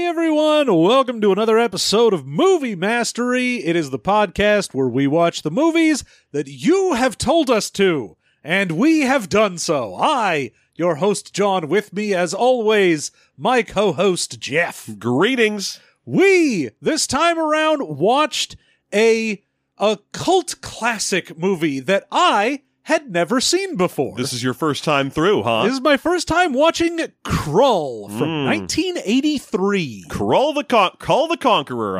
everyone. Welcome to another episode of Movie Mastery. It is the podcast where we watch the movies that you have told us to, and we have done so. I, your host John, with me as always, my co host Jeff. Greetings. We, this time around, watched a, a cult classic movie that I had never seen before. This is your first time through, huh? This is my first time watching Krull from Mm. 1983. Crawl the Con- Call the Conqueror.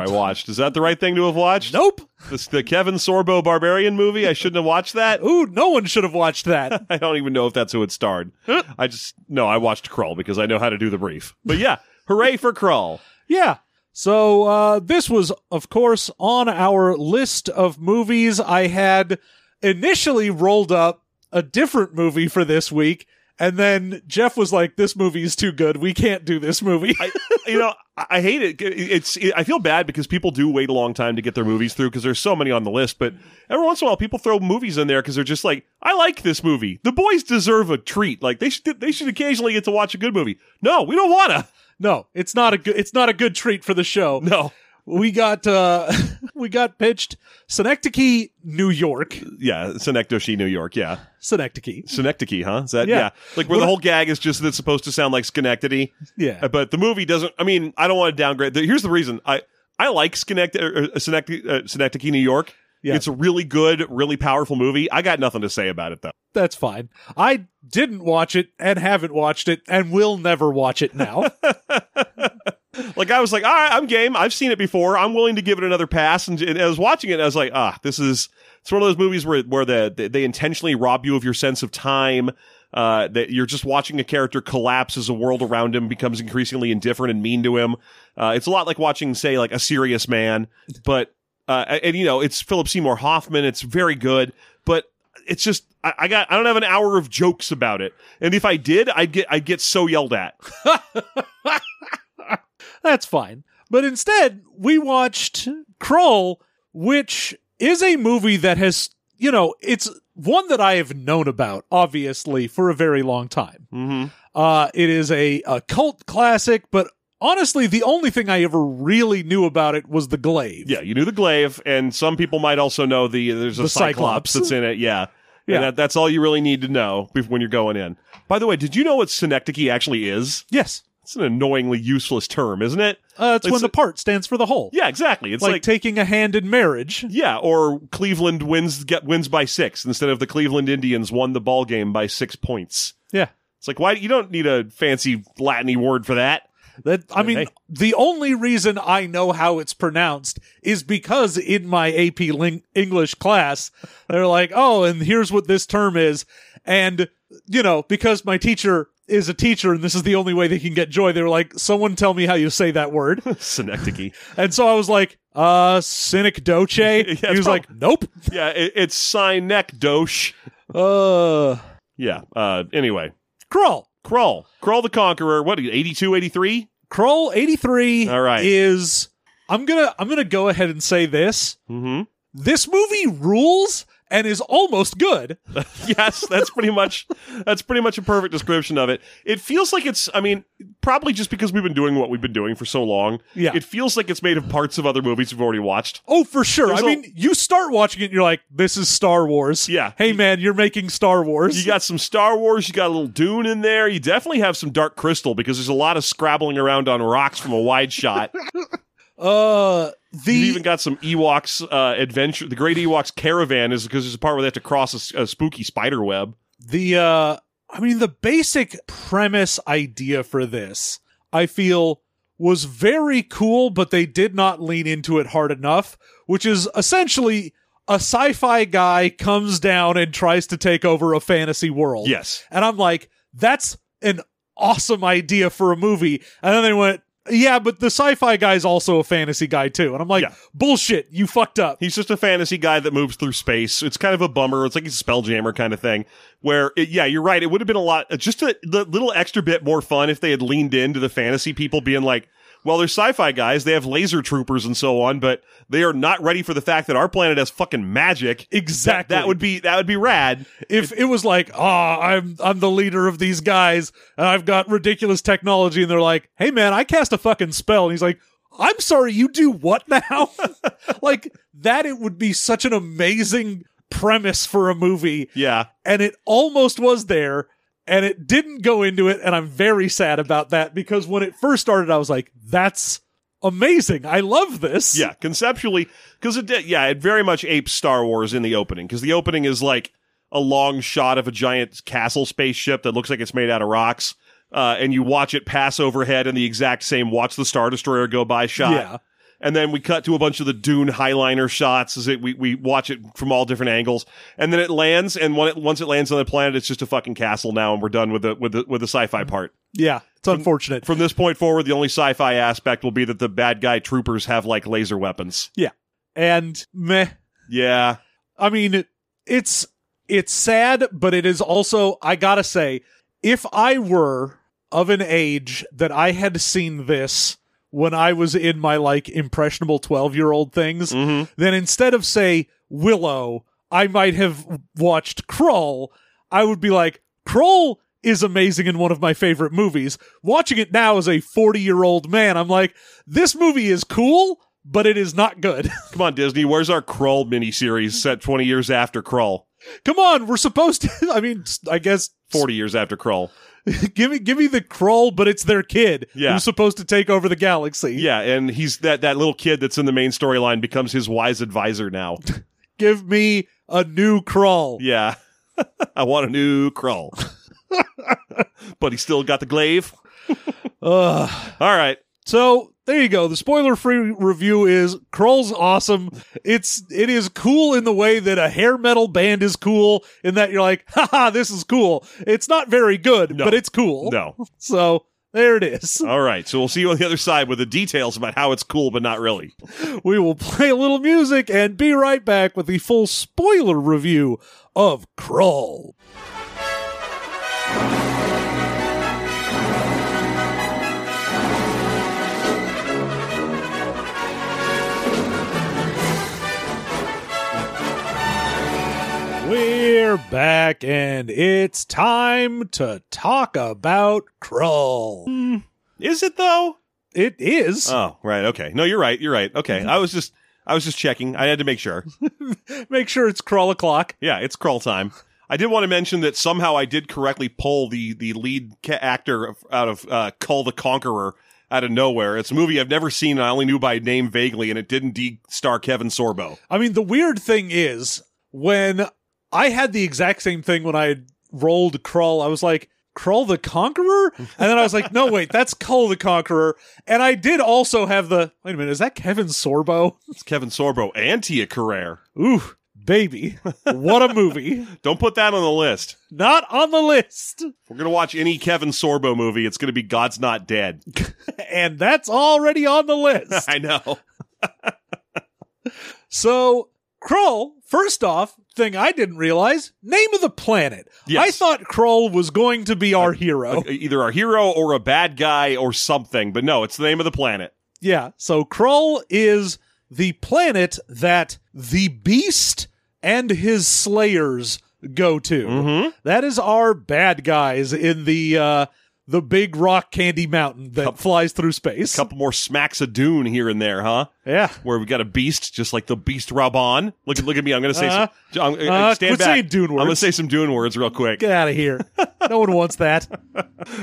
I watched. Is that the right thing to have watched? Nope. This, the Kevin Sorbo Barbarian movie. I shouldn't have watched that. Ooh, no one should have watched that. I don't even know if that's who it starred. I just no. I watched Crawl because I know how to do the brief. But yeah, hooray for Crawl. yeah. So uh, this was, of course, on our list of movies. I had initially rolled up a different movie for this week, and then Jeff was like, "This movie is too good. We can't do this movie." I, you know, I I hate it. It's I feel bad because people do wait a long time to get their movies through because there's so many on the list. But every once in a while, people throw movies in there because they're just like, I like this movie. The boys deserve a treat. Like they should they should occasionally get to watch a good movie. No, we don't wanna. no, it's not a good. It's not a good treat for the show. No, We got uh, we got pitched Synecdoche, New York. yeah, Synecdoche, New York. Yeah, Synecdoche. Synecdoche, huh? Is that Yeah. yeah? Like where What- the whole gag is just that it's supposed to sound like Schenectady. Yeah. Uh, but the movie doesn't. I mean, I don't want to downgrade. the- Here's the reason. I I like Schenectady, or, uh, Synecdoche, uh, Synecdoche, New York. Yeah. It's a really good, really powerful movie. I got nothing to say about it though. that's fine. I didn't watch it and haven't watched it and will never watch it now. Like I was like, all right, I'm game. I've seen it before. I'm willing to give it another pass. And, and I was watching it, and I was like, ah, this is it's one of those movies where where the, they- they intentionally rob you of your sense of time. Uh, that you're just watching a character collapse as the world around him becomes increasingly indifferent and mean to him. Uh, it's a lot like watching, say, like a serious man, but uh, and you know, it's Philip Seymour Hoffman. It's very good, but it's just I, I got I don't have an hour of jokes about it. And if I did, I'd get I'd get so yelled at. that's fine. But instead, we watched Kroll, which is a movie that has, you know, it's one that I have known about, obviously, for a very long time. Mm-hmm. Uh, it is a, a cult classic, but honestly, the only thing I ever really knew about it was The Glaive. Yeah, you knew the glaive, and some people might also know the there's a The Cyclops. cyclops. that's in it. Yeah, Yeah. And that, that's all you really need to know bef- when you're going in. By the way, did you know what synecdoche actually is? Yes. It's an annoyingly useless term, isn't it? Uh, it's, It's when the a- part stands for the whole. Yeah, exactly. It's like, like, taking a hand in marriage. yeah, or Cleveland wins get wins by six instead of the Cleveland Indians won the ball game by six points. Yeah. It's like why you don't need a fancy Latiny word for that. That I mean, Hey. the only reason I know how it's pronounced is because in my AP ling- English class, they're like, "Oh, and here's what this term is," and you know, because my teacher is a teacher, and this is the only way they can get joy. They were like, "Someone tell me how you say that word," synecdoche. and so I was like, "Uh, cynic doce." he was it's prob- like, "Nope." yeah, it, it's synecdoche. Uh, Yeah. Uh. Anyway, crawl. Crawl. Crawl the Conqueror. What, 82, 83? Kroll 83 All right. is I'm going to I'm going to go ahead and say this. Mm-hmm. This movie rules and is almost good. yes, that's pretty much that's pretty much a perfect description of it. It feels like it's I mean, probably just because we've been doing what we've been doing for so long. Yeah. It feels like it's made of parts of other movies we've already watched. Oh, for sure. I There's a- mean, you start watching it and you're like, this is Star Wars. Yeah. Hey man, you're making Star You Wars. got some Star Wars, you got a little Dune in there. You definitely have some Dark Crystal because there's a lot of scrabbling around on rocks from a wide shot. uh the You've even got some Ewoks uh, adventure. The Great Ewoks Caravan is because there's a part where they have to cross a s- a, spooky spider web. the uh I mean the basic premise idea for this, I feel was very cool, but they did not lean into it hard enough, which is essentially a sci-fi guy comes down and tries to take over a fantasy world. Yes. And I'm like, that's an awesome idea for a movie. And then they went, yeah, but the sci-fi guy's also a fantasy guy too. And I'm like, Yeah. bullshit, you fucked up. He's just a fantasy guy that moves through space. It's kind of a bummer. It's like he's a spelljammer kind of thing. Where, it, yeah, you're right. It would have been a lot, just a the little extra bit more fun if they had leaned into the fantasy people being like, well, they're sci-fi guys. They have laser troopers and so on, but they are not ready for the fact that our planet has fucking magic. Exactly. That would be that would be rad. if it was like, ah, I'm I'm the leader of these guys and I've got ridiculous technology, and they're like, hey man, I cast a fucking spell, and he's like, I'm sorry, you do what now? like that it would be such an amazing premise for a movie Yeah. and it almost was there and it didn't go into it and i'm very sad about that because when it first started i was like that's amazing i love this Yeah, conceptually, because it did. Yeah, it very much apes Star Wars in the opening, because the opening is like a long shot of a giant castle spaceship that looks like it's made out of rocks, uh, and you watch it pass overhead in the exact same "Watch the Star Destroyer go by" shot. yeah And then we cut to a bunch of the Dune highliner shots as it we, we watch it from all different angles, and then it lands. And when it, once it lands on the planet, it's just a fucking castle now, and we're done with the with the with the sci-fi part. yeah it's unfortunate From this point forward, the only sci-fi aspect will be that the bad guy troopers have like laser weapons. and meh Yeah, i mean it's it's sad but it is also i gotta say if i were of an age that i had seen this when i was in my like impressionable 12 year old things Mm-hmm. then instead of say Willow, I might have watched Krull. I would be like, Krull is amazing and one of my favorite movies. Watching it now as a 40 year old man, I'm like, this movie is cool, but it is not good. Come on, Disney. Where's our Krull miniseries set 20 years after Krull? Come on, we're supposed to. I mean, I guess 40 years after Krull. give me give me the Krull, but it's their kid Yeah. who's supposed to take over the galaxy. Yeah, and he's that, that little kid that's in the main storyline becomes his wise advisor now. Give me a new Krull. Yeah. I want a new Krull. but he still got the glaive. Ugh. All right. So there you go. The spoiler free review is Krull's awesome. It's it is cool in the way that a hair metal band is cool, in that you're like, haha, this is cool. It's not very good, No. but it's cool. No. So there it is. All right. So we'll see you on the other side with the details about how it's cool, but not really. We will play a little music and be right back with the full spoiler review of Krull. We're back and it's time to talk about Krull. Is it though? It is. Oh, right. Okay. No, you're right. You're right. Okay. I was just I was just checking. I had to make sure. Make sure it's Krull o'clock. Yeah, it's crawl time. I did want to mention that somehow I did correctly pull the the lead ca- actor of- out of uh, Call the Conqueror out of nowhere. It's a movie I've never seen. And I only knew by name vaguely, and it didn't de-star Kevin Sorbo. I mean, the weird thing is when I had the exact same thing when I had rolled Krull, I was like, Krull the Conqueror? And then I was like, no, wait, that's Kull the Conqueror. And I did also have the, wait a minute, is that Kevin Sorbo? It's Kevin Sorbo and Tia Carrere. Ooh, baby. What a movie. Don't put that on the list. Not on the list. If we're gonna watch any Kevin Sorbo movie. It's gonna be God's Not Dead. And that's already on the list. I know. So, Krull, first off, thing I didn't realize, name of the planet. Yes. I thought Krull was going to be our hero. Like, either a hero or a bad guy or something. But no, it's the name of the planet. Yeah. So Krull is the planet that the beast and his slayers go to. Mm-hmm. That is our bad guys in the uh the big rock candy mountain that flies through space. Couple more smacks of Dune here and there, huh? Yeah. where we got a beast, just like the beast Raban. Look, look at me. I'm going to say Uh, some. I'm, Uh, stand quit back. saying Dune I'm going to words. say some Dune words real quick. Get out of here. no one wants that.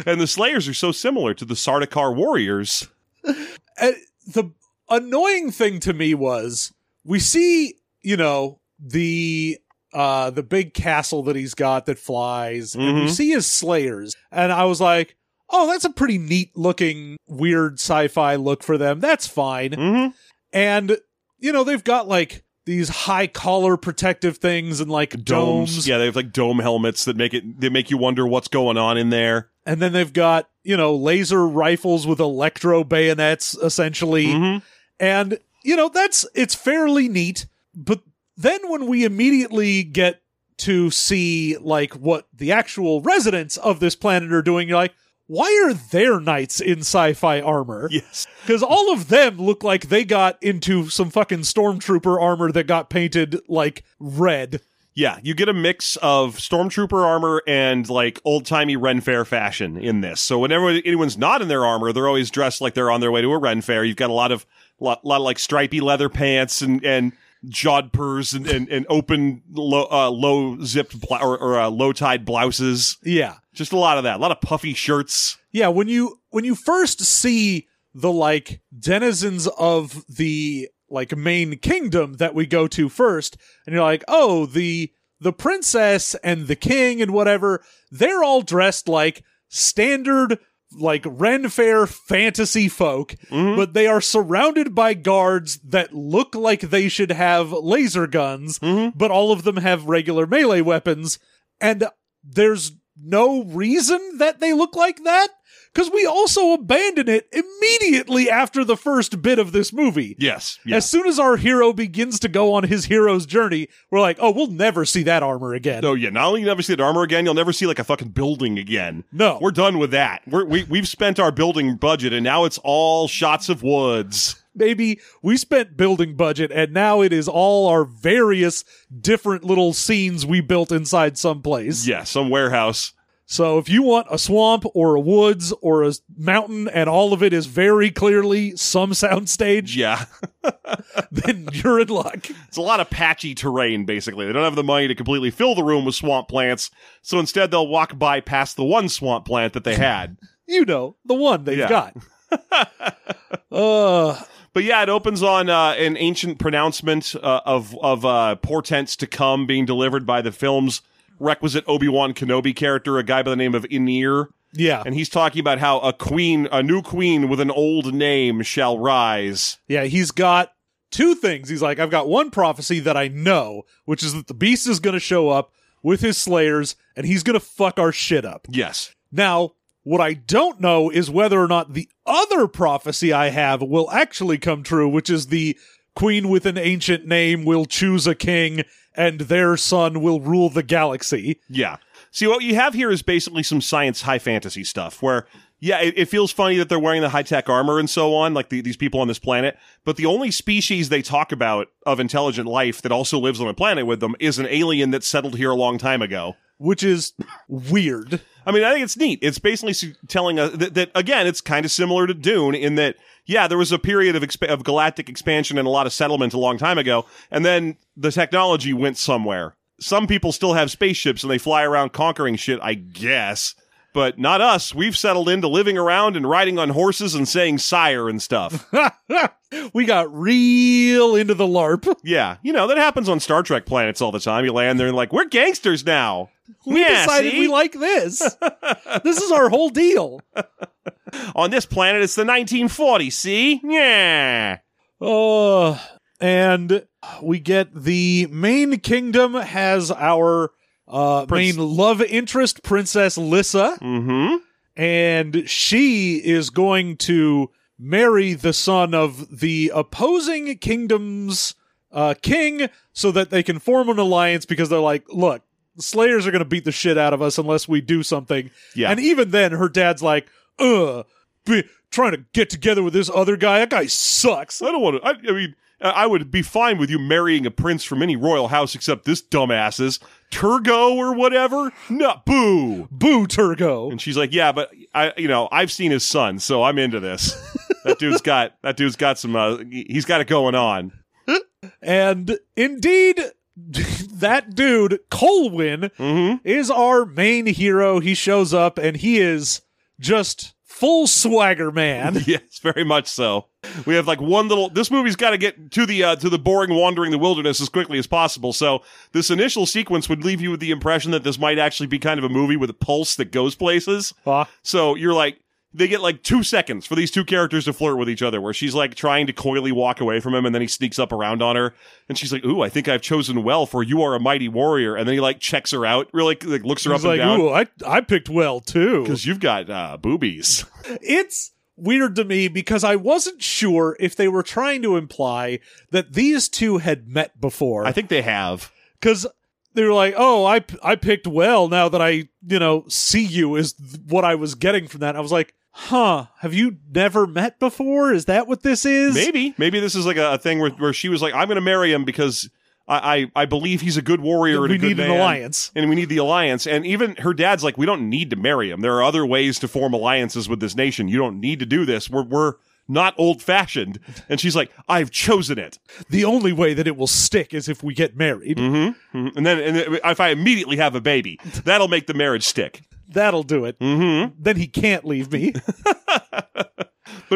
And the Slayers are so similar to the Sardaukar warriors. uh, the annoying thing to me was we see you know the uh the big castle that he's got that flies and we Mhm. see his slayers and i was like oh that's a pretty neat looking weird sci-fi look for them that's fine Mm-hmm. and you know they've got like these high collar protective things and like domes, Yeah, they have like dome helmets that make it. They make you wonder what's going on in there. and then they've got you know laser rifles with electro bayonets essentially Mm-hmm. And, you know, that's it's fairly neat, but then when we immediately get to see like what the actual residents of this planet are doing, you're like, why are their knights in sci-fi armor? Yes. Because all of them look like they got into some fucking stormtrooper armor that got painted like red. Yeah, you get a mix of stormtrooper armor and like old timey Ren Fair fashion in this. So whenever anyone's not in their armor, they're always dressed like they're on their way to a Ren Fair. You've got a lot of lot, lot of like stripy leather pants and and jodhpurs and and, and open low uh, low zipped bla- or, or uh, low tied blouses. Yeah. Just a lot of that. A lot of puffy shirts. Yeah, when you when you first see the like denizens of the like main kingdom that we go to first, and you're like, oh, the the princess and the king and whatever, they're all dressed like standard like Ren Fair fantasy folk, Mhm. but they are surrounded by guards that look like they should have laser guns, Mhm. but all of them have regular melee weapons, and there's no reason that they look like that because we also abandon it immediately after the first bit of this movie. Yes. Yes. As soon as our hero begins to go on his hero's journey, we're like, oh, we'll never see that armor again. No, yeah. Not only you never see the armor again, you'll never see like a fucking building again. No. We're done with that. We're, we we've spent our building budget, and now it's all shots of woods. Maybe we spent building budget and now it is all our various different little scenes we built inside someplace. Yeah, some warehouse. So if you want a swamp or a woods or a mountain and all of it is very clearly some soundstage, Yeah, then you're in luck. it's a lot of patchy terrain. Basically, they don't have the money to completely fill the room with swamp plants, so instead they'll walk by past the one swamp plant that they had. You know, the one they've Yeah. got. uh But yeah, it opens on uh, an ancient pronouncement uh, of of uh, portents to come being delivered by the film's requisite Obi Wan Kenobi character, a guy by the name of Inir. yeah. and he's talking about how a queen, a new queen with an old name shall rise. Yeah, he's got two things. He's like, I've got one prophecy that I know, which is that the beast is going to show up with his slayers and he's going to fuck our shit up. Yes. Now, what I don't know is whether or not the other prophecy I have will actually come true, which is the queen with an ancient name will choose a king and their son will rule the galaxy. Yeah. See, what you have here is basically some science high fantasy stuff where, yeah, it, it feels funny that they're wearing the high tech armor and so on, like the, these people on this planet. But the only species they talk about of intelligent life that also lives on a planet with them is an alien that settled here a long time ago. Which is weird. I mean, I think it's neat. It's basically su- telling us that, that again, it's kind of similar to Dune in that, yeah, there was a period of, exp- of galactic expansion and a lot of settlement a long time ago, and then the technology went somewhere. Some people still have spaceships and they fly around conquering shit, I guess, but not us. We've settled into living around and riding on horses and saying sire and stuff. we got real into the LARP. yeah, you know that happens on Star Trek planets all the time. You land there and like we're gangsters now. We Yeah, decided see? we like this. this is our whole deal. on this planet. It's the 1940s. See, yeah. Oh, and we get the main kingdom has our uh, Prince- main love interest, Princess Lissa, Mm-hmm. and she is going to marry the son of the opposing kingdom's uh, king so that they can form an alliance because they're like, look, Slayers are going to beat the shit out of us unless we do something. Yeah. And even then, her dad's like, ugh, be, trying to get together with this other guy. That guy sucks. I don't want to. I, I mean, I I would be fine with you marrying a prince from any royal house except this dumbass's Turgo or whatever. No, boo. Boo, Turgo. And she's like, yeah, but I, you know, I've seen his son, so I'm into this. that dude's got that dude's got some. Uh, he- he's got it going on. And indeed, that dude, Colwyn, Mm-hmm. is our main hero. He shows up and he is just full swagger man. Yes, very much so. We have like one little. This movie's got to get to the uh, to the boring wandering the wilderness as quickly as possible. So this initial sequence would leave you with the impression that this might actually be kind of a movie with a pulse that goes places. So you're like, they get like two seconds for these two characters to flirt with each other, where she's like trying to coyly walk away from him, and then he sneaks up around on her, and she's like, "Ooh, I think I've chosen well, for you are a mighty warrior." And then he like checks her out, really like looks her He's up like, and down ooh, I, I picked well too. because you've got uh, boobies. It's weird to me because I wasn't sure if they were trying to imply that these two had met before. I think they have. because they were like, "Oh, I I picked well. Now that I you know see you is th- what I was getting from that." I was like, "Huh? Have you never met before? Is that what this is?" Maybe, maybe this is like a, a thing where where she was like, "I'm going to marry him because." I, I, I believe he's a good warrior and we a good need an man, alliance. And we need the alliance. And even her dad's like, we don't need to marry him. There are other ways to form alliances with this nation. You don't need to do this. We're, we're not old fashioned. And she's like, I've chosen it. The only way that it will stick is if we get married. Mhm. And then and then if I immediately have a baby, that'll make the marriage stick. That'll do it. Mm-hmm. Then he can't leave me. But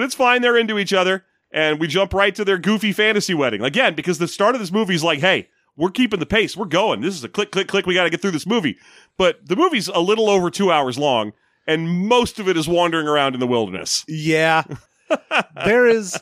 it's fine. They're into each other. And we jump right to their goofy fantasy wedding. Again, because the start of this movie is like, hey, we're keeping the pace. We're going. This is a click, click, click. We got to get through this movie. But the movie's a little over two hours long, and most of it is wandering around in the wilderness. Yeah. there is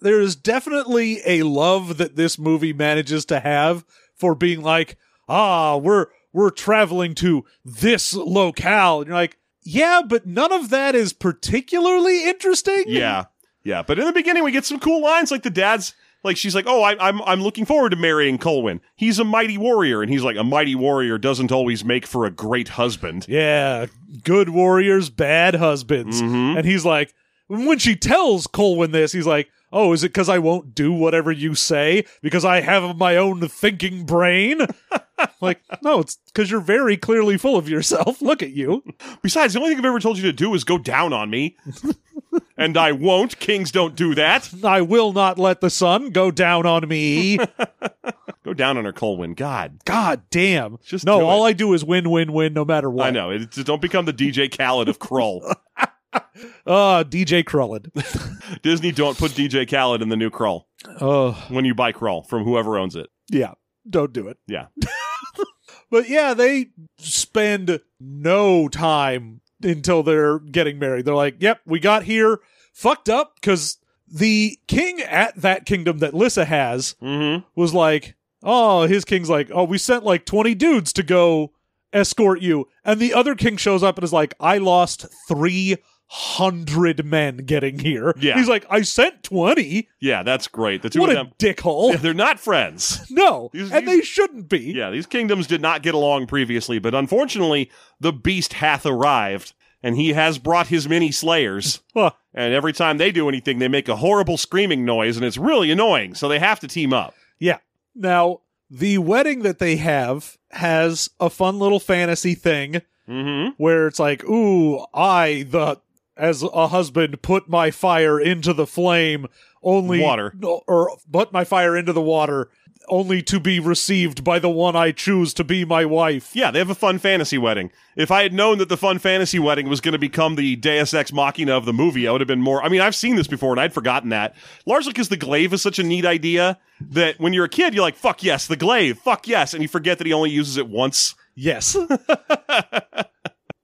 there is definitely a love that this movie manages to have for being like, ah, we're we're traveling to this locale. And you're like, yeah, but none of that is particularly interesting. Yeah. Yeah. But in the beginning, we get some cool lines like the dad's. Like she's like, oh, I, I'm I'm looking forward to marrying Colwyn. He's a mighty warrior, and he's like, a mighty warrior doesn't always make for a great husband. Yeah. Good warriors, bad husbands. Mm-hmm. And he's like, when she tells Colwyn this, he's like, Oh, is it because I won't do whatever you say? Because I have my own thinking brain? like, no, it's because you're very clearly full of yourself. Look at you. Besides, the only thing I've ever told you to do is go down on me. and I won't. Kings don't do that. I will not let the sun go down on me. Go down on her, Colwyn. God. God damn. Just no, do all I do is win, win, win, no matter what. I know. It, it- don't become the DJ Khaled of Krull. Uh, DJ Krullin. Disney, don't put DJ Khaled in the new Krull Oh. when you buy Krull from whoever owns it. Yeah, don't do it. Yeah. but yeah, they spend no time until they're getting married. They're like, yep, we got here fucked up because the king at that kingdom that Lissa has Mm-hmm. was like, oh, his king's like, oh, we sent like 20 dudes to go escort you. And the other king shows up and is like, I lost 300 men getting here. Yeah. He's like, I sent 20. Yeah, that's great. The two What a of them. dickhole. Yeah, they're not friends. No. These- and these- they shouldn't be. Yeah, these kingdoms did not get along previously, but unfortunately, the beast hath arrived, and he has brought his many slayers. Huh. And every time they do anything, they make a horrible screaming noise, and it's really annoying. So they have to team up. Now, the wedding that they have has a fun little fantasy thing Mm-hmm. where it's like, ooh, I, the, as a husband, put my fire into the flame, only. Water. no, Or put my fire into the water, only to be received by the one I choose to be my wife. Yeah, they have a fun fantasy wedding. If I had known that the fun fantasy wedding was going to become the Deus Ex Machina of the movie, I would have been more. I mean, I've seen this before and I'd forgotten that. Largely because the glaive is such a neat idea that when you're a kid, you're like, fuck yes, the glaive, fuck yes. And you forget that he only uses it once. Yes.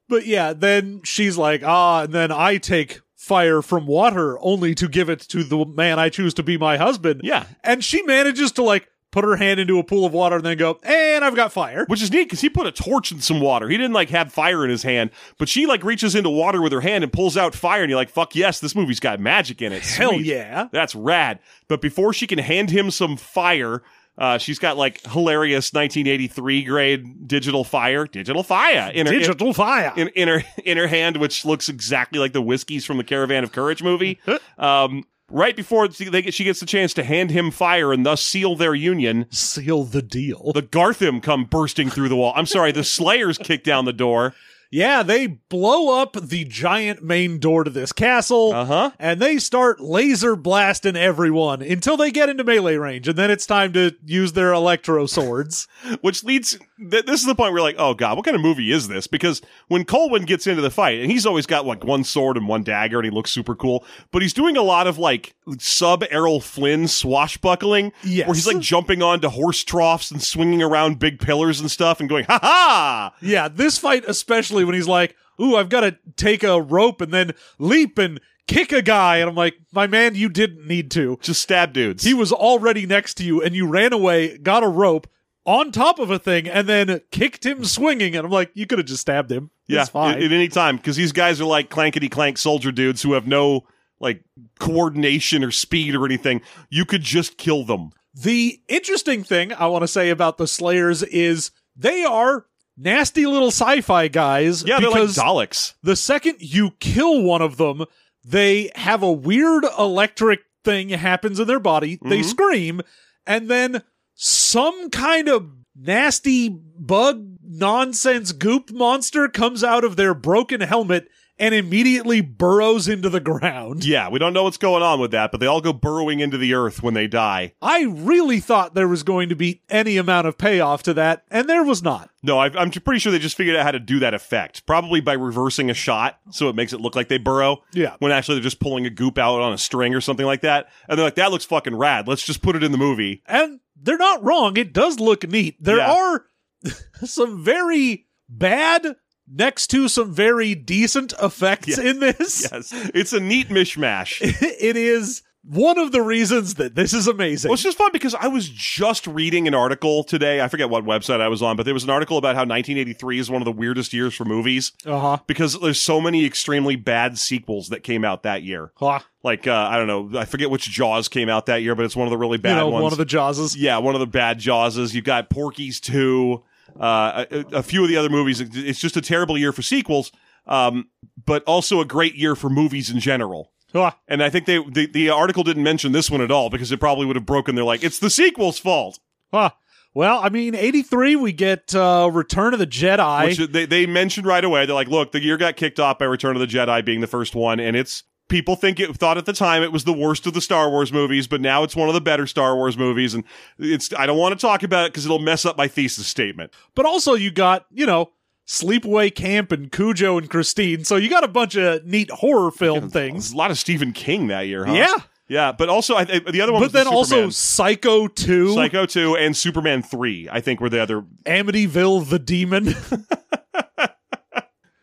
but yeah, then she's like, ah, and then I take fire from water only to give it to the man I choose to be my husband. Yeah. And she manages to like put her hand into a pool of water and then go, and I've got fire. Which is neat because he put a torch in some water. He didn't like have fire in his hand, but she like reaches into water with her hand and pulls out fire. And you're like, fuck yes, this movie's got magic in it. Hell Sweet. yeah. That's rad. But before she can hand him some fire, uh, she's got like hilarious 1983 grade digital fire, digital fire in her Digital fire. in, in her in her hand, which looks exactly like the whiskeys from the Caravan of Courage movie. um, right before they get, she gets the chance to hand him fire and thus seal their union. Seal the deal. The Gartham come bursting through the wall. I'm sorry, the Slayers kick down the door. yeah, they blow up the giant main door to this castle. Uh huh. And they start laser blasting everyone until they get into melee range, and then it's time to use their electro swords. Which leads, th- this is the point where you're like, oh God, what kind of movie is this? Because when Colwyn gets into the fight, and he's always got like one sword and one dagger, and he looks super cool, but he's doing a lot of like sub Errol Flynn swashbuckling, Yes. where he's like jumping onto horse troughs and swinging around big pillars and stuff and going, ha ha! Yeah, this fight especially when he's like, "Ooh, I've got to take a rope and then leap and kick a guy," and I'm like, "My man, you didn't need to. Just stab dudes. He was already next to you, and you ran away, got a rope on top of a thing, and then kicked him swinging." And I'm like, "You could have just stabbed him. yeah, it's fine." At, at any time, because these guys are like clankety clank soldier dudes who have no like coordination or speed or anything. You could just kill them. the interesting thing I want to say about the Slayers is they are nasty little sci-fi guys. Yeah, they're like because Daleks. the second you kill one of them, they have a weird electric thing happens in their body. They Mhm. scream, and then some kind of nasty bug nonsense goop monster comes out of their broken helmet and immediately burrows into the ground. Yeah, we don't know what's going on with that, but they all go burrowing into the earth when they die. I really thought there was going to be any amount of payoff to that, and there was not. No, I, I'm pretty sure they just figured out how to do that effect, probably by reversing a shot, so it makes it look like they burrow. Yeah. When actually they're just pulling a goop out on a string or something like that, and they're like, "That looks fucking rad. Let's just put it in the movie." And they're not wrong. It does look neat. There Yeah. are some very bad next to some very decent effects Yes. in this. Yes, it's a neat mishmash. it is one of the reasons that this is amazing. Well, it's just fun because I was just reading an article today. I forget what website I was on, but there was an article about how 1983 is one of the weirdest years for movies Uh-huh. because there's so many extremely bad sequels that came out that year. Ha. Like uh, I don't know, I forget which Jaws came out that year, but it's one of the really bad You know, ones. one of the Jawses. yeah, one of the bad Jawses. You got Porky's two, uh, a, a few of the other movies. It's just a terrible year for sequels, um, but also a great year for movies in general. Ha. And I think they the, the article didn't mention this one at all because it probably would have broken their like it's the sequel's fault. Ha. Well, I mean, 83, we get uh, Return of the Jedi. Which they they mentioned right away. They're like, look, the year got kicked off by Return of the Jedi being the first one, and it's people think it thought at the time it was the worst of the Star Wars movies, but now it's one of the better Star Wars movies, and it's I don't want to talk about it because it'll mess up my thesis statement. but also, you got, you know, Sleepaway Camp and Cujo and Christine. So you got a bunch of neat horror film There's things. a lot of Stephen King that year, huh? Yeah. yeah. But also, I, I, the other one, But was then the also Superman. Psycho 2, Psycho two and Superman three. I think were the other. Amityville the Demon.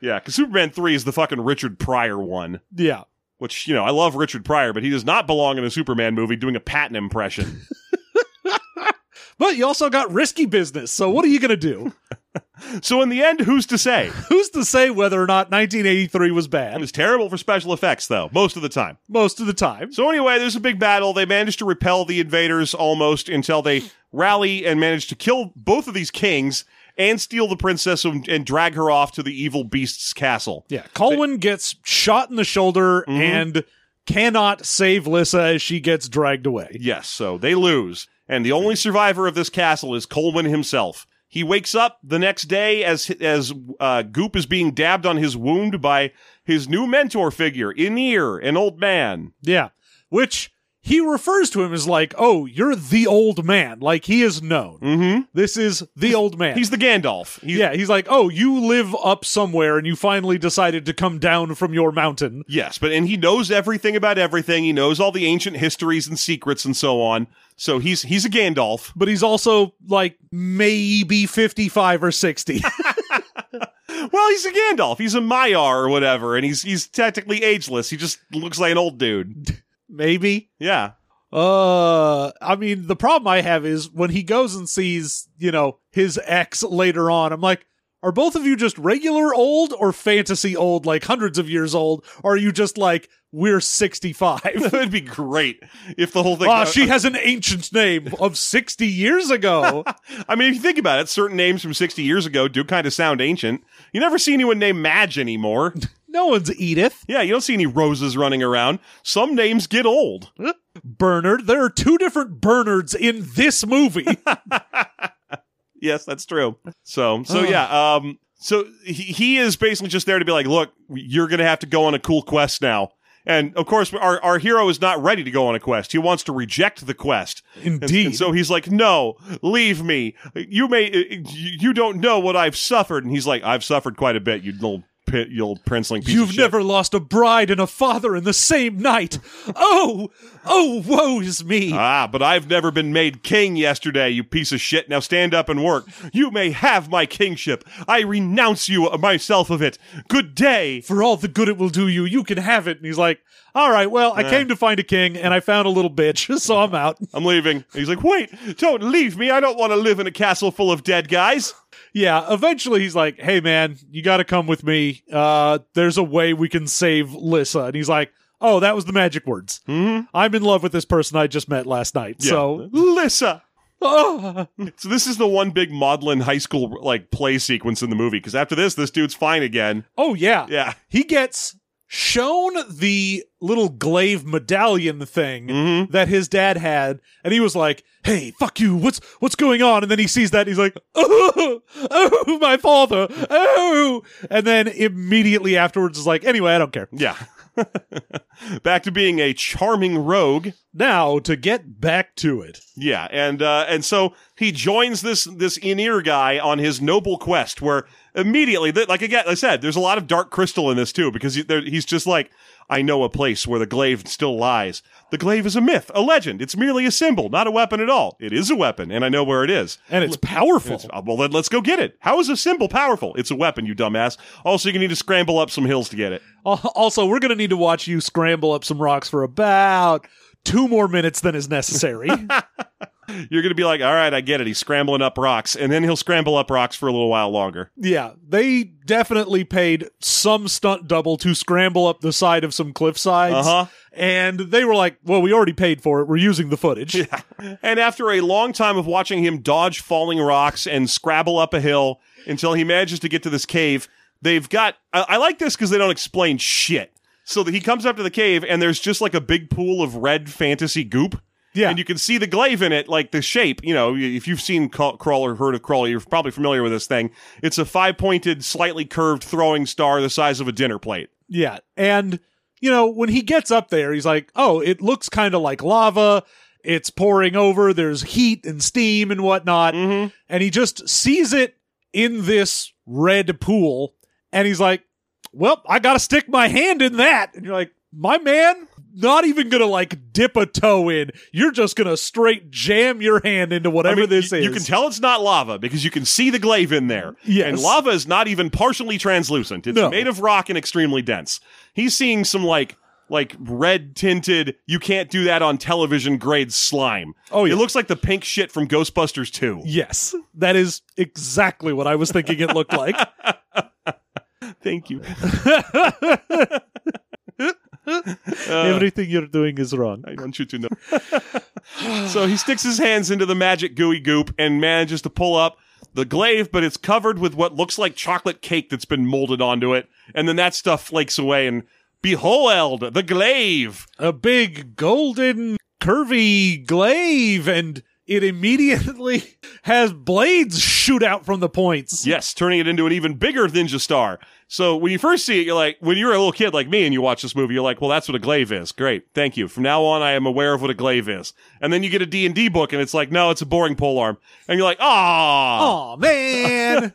Yeah, because Superman three is the fucking Richard Pryor one. yeah. Which you know, I love Richard Pryor, but he does not belong in a Superman movie doing a Patton impression. But you also got Risky Business. So what are you going to do? so in the end, who's to say? Who's to say whether or not 1983 was And bad? it's terrible for special effects, though, most of the time. Most of the time. So anyway, there's a big battle. They manage to repel the invaders almost until they rally and manage to kill both of these kings and steal the princess and, and drag her off to the evil beast's castle. Yeah, Colwyn gets shot in the shoulder Mm-hmm. and cannot save Lissa as she gets dragged away. Yes, so they lose. And the only survivor of this castle is Colwyn himself. He wakes up the next day as as uh, Goop is being dabbed on his wound by his new mentor figure, Inir, an old man. Yeah, which he refers to him as like, "Oh, you're the old man." Like he is known. Mm-hmm. This is the old man. He's the Gandalf. He's, yeah, he's like, "Oh, you live up somewhere, and you finally decided to come down from your mountain." Yes, but and he knows everything about everything. He knows all the ancient histories and secrets and so on. So he's he's a Gandalf. But he's also like maybe fifty-five or sixty. Well, he's a Gandalf. He's a Maiar or whatever, and he's he's technically ageless. He just looks like an old dude. maybe. Yeah. Uh, I mean, the problem I have is when he goes and sees, you know, his ex later on, I'm like, are both of you just regular old or fantasy old, like hundreds of years old? Or are you just like, we're 65? That would be great if the whole thing. Ah, she has an ancient name of 60 years ago. I mean, if you think about it, certain names from 60 years ago do kind of sound ancient. You never see anyone named Madge anymore. No one's Edith. yeah, you don't see any roses running around. Some names get old. Bernard. There are two different Bernards in this movie. Yes, that's true. So, so Ugh. yeah. Um, so he, he is basically just there to be like, look, you're going to have to go on a cool quest now. And of course, our, our hero is not ready to go on a quest. He wants to reject the quest. And- Indeed. And so he's like, no, leave me. You may, you you don't know what I've suffered. And he's like, I've suffered quite a bit, you little, pi- you little princeling piece of You've shit." never lost a bride and a father in the same night. Oh, oh, woe is me. Ah, but I've never been made king yesterday, you piece of shit. Now stand up and work. You may have my kingship. I renounce you uh, myself of it. Good day. for all the good it will do you, you can have it. And he's like, all right, well, Uh. I came to find a king and I found a little bitch, so I'm out. I'm leaving. And he's like, wait, don't leave me. I don't want to live in a castle full of dead guys. Yeah, eventually he's like, hey, man, you got to come with me. Uh, there's a way we can save Lissa. And he's like, oh, that was the magic words. Mm-hmm. I'm in love with this person I just met last night. So, Lissa. oh, So this is the one big maudlin high school like play sequence in the movie. Because after this, this dude's fine again. oh yeah. Yeah. He gets shown the little glaive medallion thing Mhm. that his dad had, and he was like, "Hey, fuck you! What's what's going on?" And then he sees that and he's like, "Oh, oh, my father! Oh!" And then immediately afterwards is like, "Anyway, I don't care." Yeah. Back to being a charming rogue. Now to get back to it, Yeah, and uh, and so he joins this this Inir guy on his noble quest, where immediately, th- like again, I said, there's a lot of dark crystal in this too, because he, there, he's just like, I know a place where the glaive still lies. The glaive is a myth, a legend. It's merely a symbol, not a weapon at all. It is a weapon, and I know where it is. and it's powerful. It's- uh, well, then let's go get it. How is a symbol powerful? It's a weapon, you dumbass. Also, you need to scramble up some hills to get it. Al- Also, we're gonna need to watch you scramble up some rocks for about two more minutes than is necessary. You're going to be like, all right, I get it. He's scrambling up rocks, and then he'll scramble up rocks for a little while longer. Yeah, they definitely paid some stunt double to scramble up the side of some cliff sides. Uh-huh. And they were like, well, we already paid for it. We're using the footage. And after a long time of watching him dodge falling rocks and scrabble up a hill until he manages to get to this cave, they've got. I, I like this because they don't explain shit. So that he comes up to the cave and there's just like a big pool of red fantasy goop. Yeah. And you can see the glaive in it, like the shape. You know, if you've seen Ca- Crawl or heard of Crawl, you're probably familiar with this thing. It's a five pointed, slightly curved throwing star the size of a dinner plate. Yeah. And, you know, when he gets up there, he's like, oh, it looks kind of like lava. It's pouring over. There's heat and steam and whatnot. Mm-hmm. And he just sees it in this red pool. And he's like, well, I got to stick my hand in that. And you're like, my man, not even going to like dip a toe in. You're just going to straight jam your hand into I whatever mean, this you, is. you can tell it's not lava because you can see the glaive in there. Yes. And lava is not even partially translucent. It's No. made of rock and extremely dense. He's seeing some like like red tinted, you can't do that on television grade slime. Oh, yeah. It looks like the pink shit from Ghostbusters 2. Yes, that is exactly what I was thinking it looked like. Thank you. Everything you're doing is wrong. Uh, I want you to know. so he sticks his hands into the magic gooey goop and manages to pull up the glaive, but it's covered with what looks like chocolate cake that's been molded onto it. And then that stuff flakes away and behold the glaive. A big golden curvy glaive, and it immediately has blades shoot out from the points. Yes, turning it into an even bigger ninja star. So when you first see it, you're like, when you're a little kid like me and you watch this movie, you're like, well, that's what a glaive is. Great. Thank you. From now on, I am aware of what a glaive is. And then you get a D&D book and it's like, no, it's a boring polearm. And you're like, ah. Aw, man.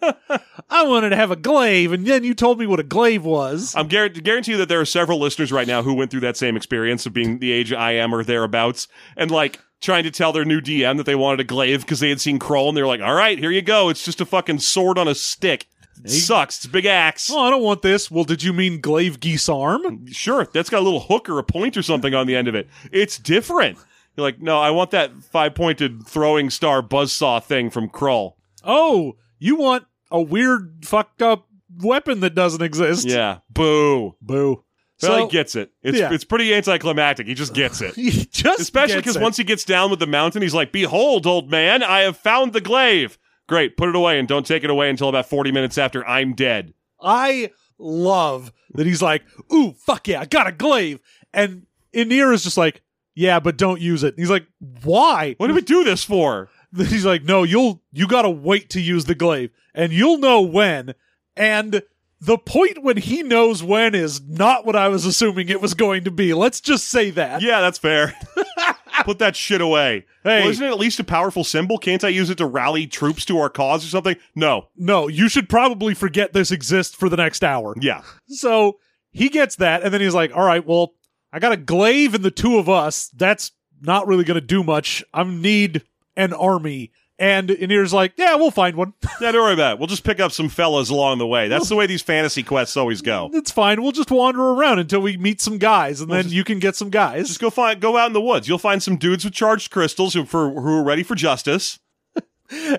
I wanted to have a glaive, and then you told me what a glaive was. I'm guar- guarantee you that there are several listeners right now who went through that same experience of being the age I am or thereabouts and like trying to tell their new DM that they wanted a glaive because they had seen Kroll and they're like, all right, here you go. It's just a fucking sword on a stick. It sucks. It's a big axe. Oh, I don't want this. Well, did you mean glaive geese arm? Sure, that's got a little hook or a point or something on the end of it. It's different. You're like, no, I want that five pointed throwing star buzzsaw thing from Kroll. Oh, you want a weird, fucked up weapon that doesn't exist. Yeah. Boo. Boo. So, So- he gets it. It's, Yeah. it's pretty anticlimactic. He just gets it. He just Especially gets because it. once he gets down with the mountain, he's like, Behold, old man, I have found the glaive. Great, put it away and don't take it away until about 40 minutes after I'm dead. I love that he's like, ooh, fuck yeah, I got a glaive. And Inir is just like, yeah, but don't use it. And he's like, why? What did we do this for? He's like, no, you'll you gotta wait to use the glaive, and you'll know when. And the point when he knows when is not what I was assuming it was going to be. Let's just say that. Yeah, that's fair. put that shit away. Hey. Well, isn't it at least a powerful symbol? Can't I use it to rally troops to our cause or something? No. No, you should probably forget this exists for the next hour. Yeah. So he gets that, and then he's like, "All right, well, I got a glaive and the two of us. That's not really going to do much. I need an army." And Inir's like, "Yeah, we'll find one. Yeah, don't worry about it. We'll just pick up some fellas along the way. That's the way these fantasy quests always go. It's fine. We'll just wander around until we meet some guys, and then you can get some guys." Just go find go out in the woods. You'll find some dudes with charged crystals who for who are ready for justice.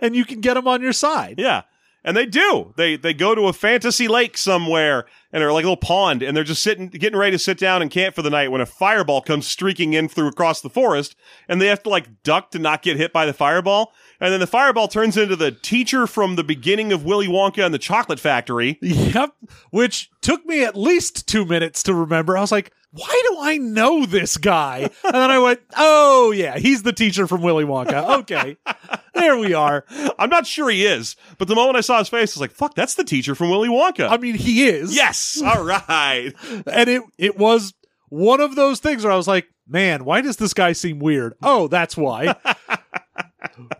and you can get them on your side. Yeah. And they do. They they go to a fantasy lake somewhere and they're like a little pond and they're just sitting getting ready to sit down and camp for the night when a fireball comes streaking in through across the forest and they have to like duck to not get hit by the fireball. And then the fireball turns into the teacher from the beginning of Willy Wonka and the Chocolate Factory. Yep. Which took me at least two minutes to remember. I was like, why do I know this guy? And then I went, oh, yeah, he's the teacher from Willy Wonka. Okay. there we are. I'm not sure he is, but the moment I saw his face, I was like, fuck, that's the teacher from Willy Wonka. I mean, he is. yes. All right. And it, it was one of those things where I was like, man, why does this guy seem weird? Oh, that's why.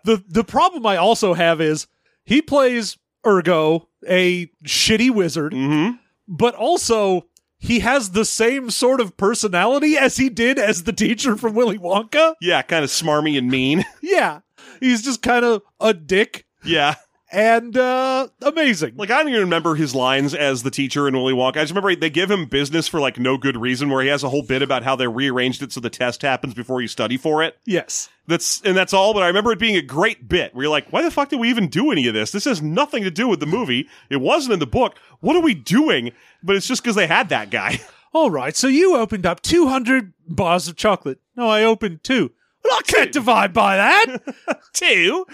the, the problem I also have is he plays Ergo, a shitty wizard, hmm but also he has the same sort of personality as he did as the teacher from Willy Wonka. Yeah, kind of smarmy and mean. Yeah. He's just kind of a dick yeah. and uh amazing. Like I don't even remember his lines as the teacher in Willy Wonka. I just remember they give him business for like no good reason, where he has a whole bit about how they rearranged it so the test happens before you study for it. yes. That's and that's all. But I remember it being a great bit. Where you're like, why the fuck did we even do any of this? This has nothing to do with the movie. It wasn't in the book. What are we doing? But it's just because they had that guy. All right. So you opened up 200 bars of chocolate. No, I opened two. Well, I can't divide by that. Two.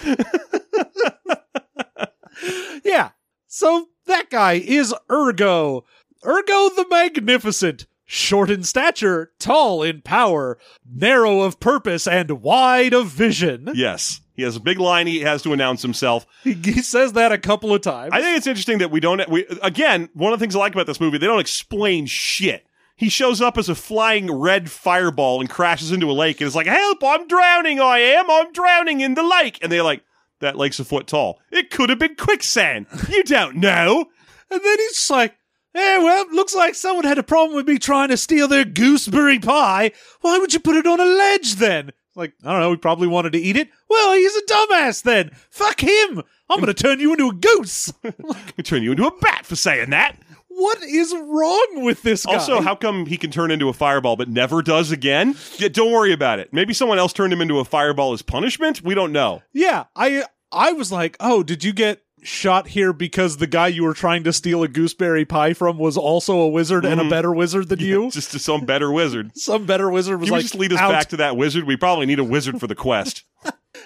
yeah. So that guy is Ergo. Ergo the Magnificent. Short in stature, tall in power, narrow of purpose, and wide of vision. Yes, he has a big line. He has to announce himself. He, he says that a couple of times. I think it's interesting that we don't. We again, one of the things I like about this movie, they don't explain shit. He shows up as a flying red fireball and crashes into a lake and is like, "Help! I'm drowning! I am! I'm drowning in the lake!" And they're like, "That lake's a foot tall. It could have been quicksand. You don't know." and then he's just like, eh, well, looks like someone had a problem with me trying to steal their gooseberry pie. Why would you put it on a ledge then? Like, I don't know, he probably wanted to eat it. Well, he's a dumbass then. Fuck him. I'm going to turn you into a goose. I turn you into a bat for saying that. what is wrong with this guy? Also, how come he can turn into a fireball but never does again? Yeah, don't worry about it. Maybe someone else turned him into a fireball as punishment. We don't know. yeah, I I was like, oh, did you get shot here because the guy you were trying to steal a gooseberry pie from was also a wizard and a better wizard than you? Mm-hmm. Just to some better wizard. Some better wizard was Can you like, just lead us out. back to that wizard? We probably need a wizard for the quest.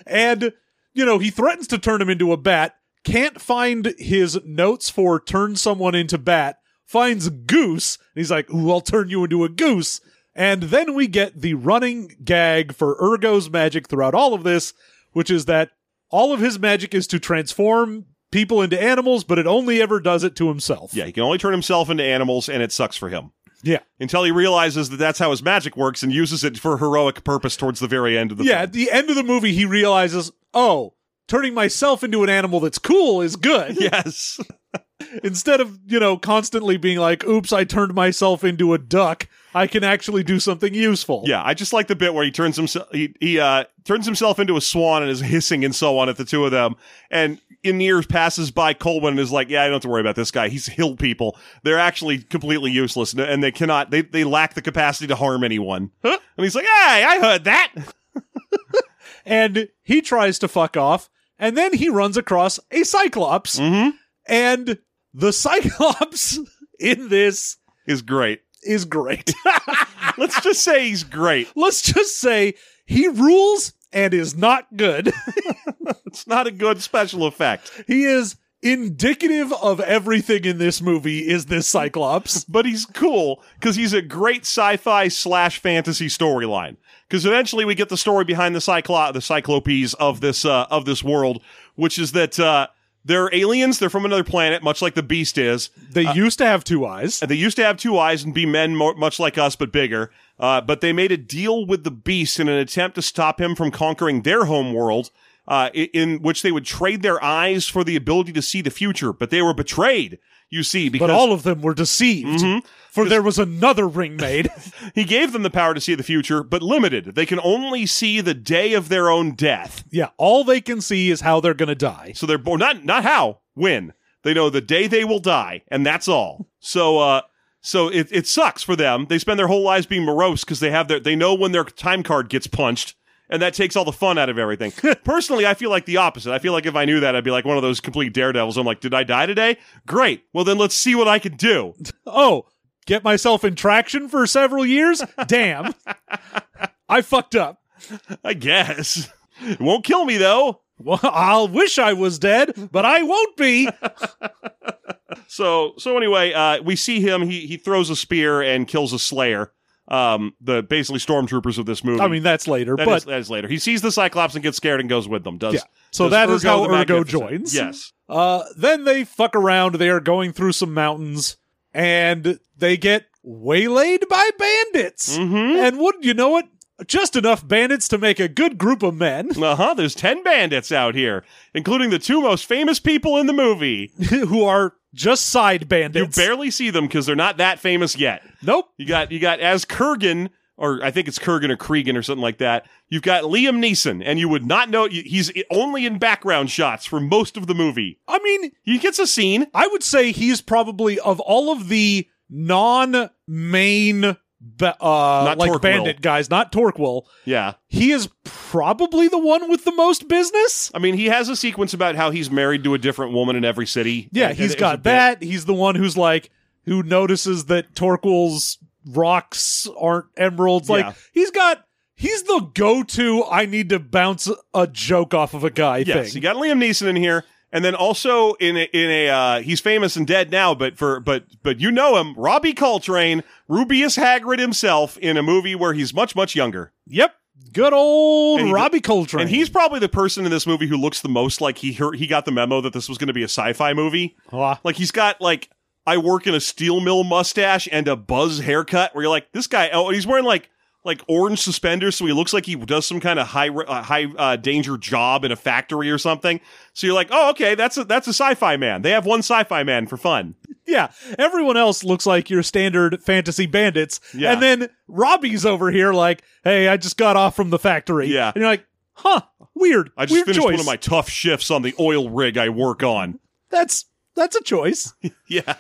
And, you know, he threatens to turn him into a bat, can't find his notes for turn someone into bat, finds goose, and he's like, ooh, I'll turn you into a goose. And then we get the running gag for Ergo's magic throughout all of this, which is that all of his magic is to transform people into animals, but it only ever does it to himself. yeah, he can only turn himself into animals, and it sucks for him. Yeah. Until he realizes that that's how his magic works and uses it for heroic purpose towards the very end of the Yeah, at the end of the movie, he realizes, oh, turning myself into an animal that's cool is good. film. Yes. instead of you know constantly being like oops i turned myself into a duck i can actually do something useful Yeah, I just like the bit where he turns himself he, he uh turns himself into a swan and is hissing and so on at the two of them. And in years passes by Colwyn and is like, Yeah, I don't have to worry about this guy. He's hill people. They're actually completely useless and- and they cannot they, they lack the capacity to harm anyone. Huh? And he's like, Hey, I heard that. and he tries to fuck off and then he runs across a cyclops Mm-hmm. and the cyclops in this Is great. is great Let's just say he's great. let's just say he rules and is not good It's not a good special effect, he is indicative of everything in this movie is this cyclops but he's cool because he's a great sci-fi slash fantasy storyline. Because eventually we get the story behind the cyclo- the cyclopes of this uh, of this world, which is that uh, they're aliens. They're from another planet, much like the Beast is. they used to have two eyes Uh, And Uh, they used to have two eyes and be men mo- much like us, but bigger. Uh, but they made a deal with the beast in an attempt to stop him from conquering their home world, uh, i- in, which they would trade their eyes for the ability to see the future. But they were betrayed, you see, because Mm-hmm. but all of them were deceived for there was another ring made he gave them the power to see the future, but limited. They can only see the day of their own death. Yeah, all they can see is how they're going to die. So they're born not not how when they know the day they will die, and that's all. So uh, so it it sucks for them. They spend their whole lives being morose because they have their they know when their time card gets punched, and that takes all the fun out of everything. Personally, I feel like the opposite. I feel like if I knew that, I'd be like one of those complete daredevils. I'm like, did I die today? Great. Well, then let's see what I can do. Oh, get myself in traction for several years? Damn. I fucked up. I guess. It won't kill me though. Well, I'll wish I was dead, but I won't be. So so anyway, uh, we see him. He he throws a spear and kills a slayer. Um, the basically stormtroopers of this movie. I mean, that's later, That is but that is later. He sees the Cyclops and gets scared and goes with them. Does Yeah. so does that is how the Ergo Magnificent. joins. Yes. Uh, then they fuck around. They are going through some mountains and they get waylaid by bandits. Mm-hmm. And wouldn't you know it? Just enough bandits to make a good group of men Uh huh. There's ten bandits out here, including the two most famous people in the movie. who are just side You bandits. barely see them because they're not that famous yet. nope. You got you got as Kurgan, or I think it's Kurgan or Cregan or something like that. You've got Liam Neeson, and you would not know he's only in background shots for most of the movie. I mean, He gets a scene. I would say he's probably of all of the non-main ba- uh Not like Torquil. bandit guys, not Torquil. Yeah. He is probably the one with the most business. I mean, he has a sequence about how he's married to a different woman in every city. Yeah, And- he's and it was a got bit- that. He's the one who's like who notices that Torquil's rocks aren't emeralds. Like Yeah. he's got he's the go-to I need to bounce a joke off of a guy Yes, you thing. got Liam Neeson in here, and then also in a, in a uh, he's famous and dead now, but for but but you know him, Robbie Coltrane, Rubius Hagrid himself, in a movie where he's much much younger, Yep. Good old And he- Robbie Coltrane. and he's probably the person in this movie who looks the most like he heard, he got the memo that this was going to be a sci-fi movie. Ah, Like he's got like I work in a steel mill mustache and a buzz haircut. Where you're like this guy. Oh, and he's wearing like like orange suspenders, so he looks like he does some kind of high uh, high uh, danger job in a factory or something. So you're like, oh, okay, that's a that's a sci-fi man. They have one sci-fi man for fun. yeah. Everyone else looks like your standard fantasy bandits. Yeah. And then Robbie's over here like, hey, I just got off from the factory. Yeah. And you're like, huh, weird. I just weird finished choice. one of my tough shifts on the oil rig I work on. that's that's a choice. Yeah,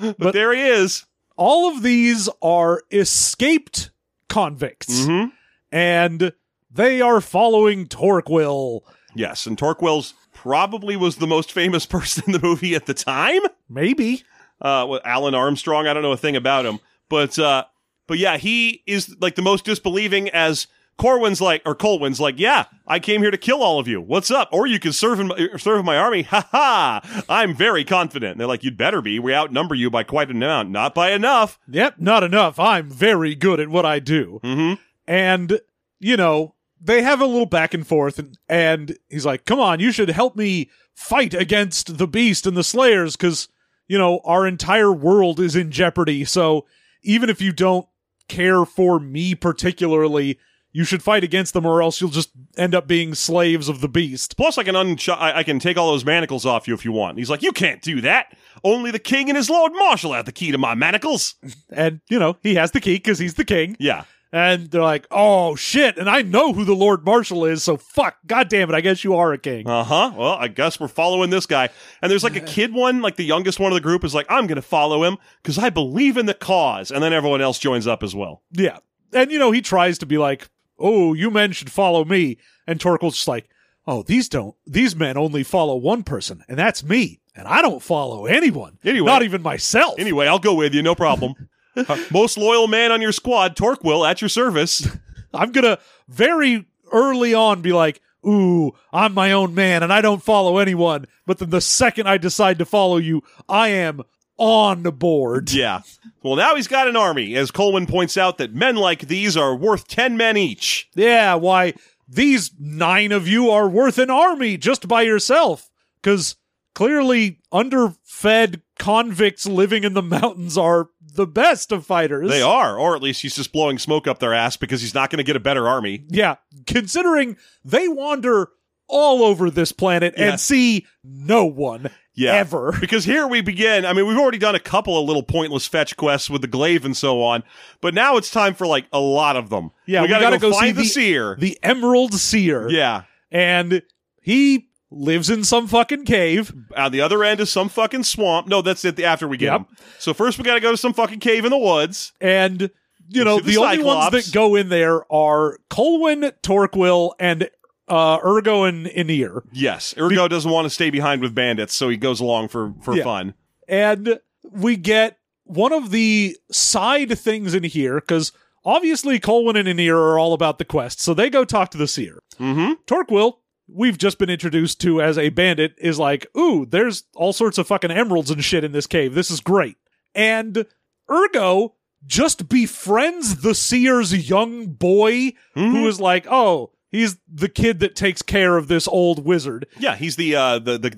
but, But- there he is. all of these are escaped convicts Mm-hmm. and they are following Torquil. Yes, and Torquil's probably was the most famous person in the movie at the time. Maybe. uh, with Alan Armstrong. I don't know a thing about him, but uh, but yeah, he is like the most disbelieving. As Corwin's like, or Colwin's like, yeah, I came here to kill all of you. What's up? Or you could serve in my, serve in my army. Ha ha! I'm very confident. And they're like, you'd better be. We outnumber you by quite an amount, not by enough. Yep, not enough. I'm very good at what I do. Mm-hmm. And, you know, they have a little back and forth, and, and he's like, Come on, you should help me fight against the beast and the slayers, because, you know, our entire world is in jeopardy. So even if you don't care for me particularly, you should fight against them, or else you'll just end up being slaves of the beast. Plus, I can unch- I-, I can take all those manacles off you if you want. And he's like, you can't do that. Only the king and his lord marshal have the key to my manacles. And, you know, he has the key because he's the king. Yeah. And they're like, oh, shit. And I know who the Lord Marshal is. So fuck. God damn it. I guess you are a king. Uh huh. Well, I guess we're following this guy. And there's like a kid one, like the youngest one of the group is like, I'm going to follow him because I believe in the cause. And then everyone else joins up as well. Yeah. And, you know, he tries to be like, oh, you men should follow me. And Torkel's just like, oh, these don't, these men only follow one person, and that's me. And I don't follow anyone. Anyway. Not even myself. Anyway, I'll go with you. No problem. Uh, Most loyal man on your squad, Torquil, at your service. I'm going to very early on be like, ooh, I'm my own man and I don't follow anyone. But then the second I decide to follow you, I am on board. Yeah. Well, now he's got an army, as Colwyn points out that men like these are worth 10 men each. Yeah, why these nine of you are worth an army just by yourself. Because clearly, underfed convicts living in the mountains are the best of fighters. They are, or at least he's just blowing smoke up their ass because he's not going to get a better army. Yeah, considering they wander all over this planet Yeah. and see no one Yeah. ever. Because here we begin. I mean, we've already done a couple of little pointless fetch quests with the glaive and so on, but now it's time for like a lot of them. Yeah, we, we gotta, gotta go, go see find the, the- seer. The Emerald Seer. yeah, And he lives in some fucking cave. on the other end is some fucking swamp. No, that's it. After we get Yep. him. So first we got to go to some fucking cave in the woods. and you know, See the the only ones Cyclops. that go in there are Colwyn, Torquil, and uh, Ergo and Anir. Yes, Ergo doesn't want to stay behind with bandits, so he goes along for for Yeah. fun. And we get one of the side things in here, because obviously Colwyn and Anir are all about the quest, so they go talk to the seer. Mm-hmm. Torquil, we've just been introduced to as a bandit, is like, ooh, there's all sorts of fucking emeralds and shit in this cave. This is great. And Ergo just befriends the seer's young boy who is like, oh, he's the kid that takes care of this old wizard. yeah, he's the, uh, the the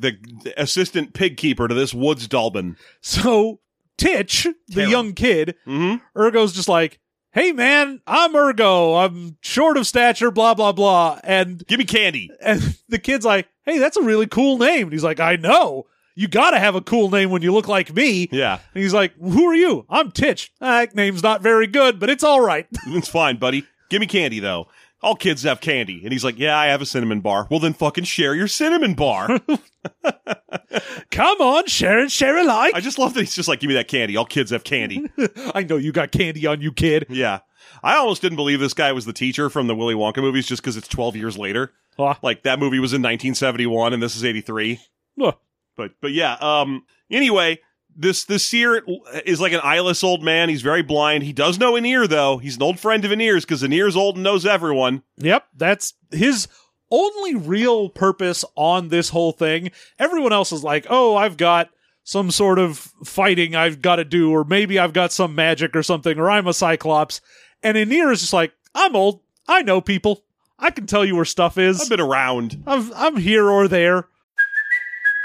the assistant pig keeper to this Woods Dalbin. So Titch, the Terran. young kid, Mm-hmm. Ergo's just like, hey man, I'm Ergo. I'm short of stature, blah, blah, blah. And Give me candy. and the kid's like, hey, that's a really cool name. And he's like, I know. You gotta have a cool name when you look like me. Yeah, And he's like, Who are you? I'm Titch. "Ah, That name's not very good, but it's all right. it's fine, buddy. Give me candy though. All kids have candy, and he's like, "Yeah, I have a cinnamon bar." Well, then fucking share your cinnamon bar. Come on, share and share alike. I just love that he's just like, "Give me that candy." All kids have candy. I know you got candy on you, kid. yeah, I almost didn't believe this guy was the teacher from the Willy Wonka movies, just because it's twelve years later. Ah. Like that movie was in 1971, and this is 83. Ugh. but but yeah um anyway this this seer is like an eyeless old man he's very blind he does know anir though he's an old friend of anir's because anir's old and knows everyone Yep, that's his only real purpose on this whole thing. Everyone else is like, oh, I've got some sort of fighting I've got to do, or maybe I've got some magic or something, or I'm a Cyclops. And Anir is just like, I'm old. I know people. I can tell you where stuff i've is. been around I'm, I'm here or there.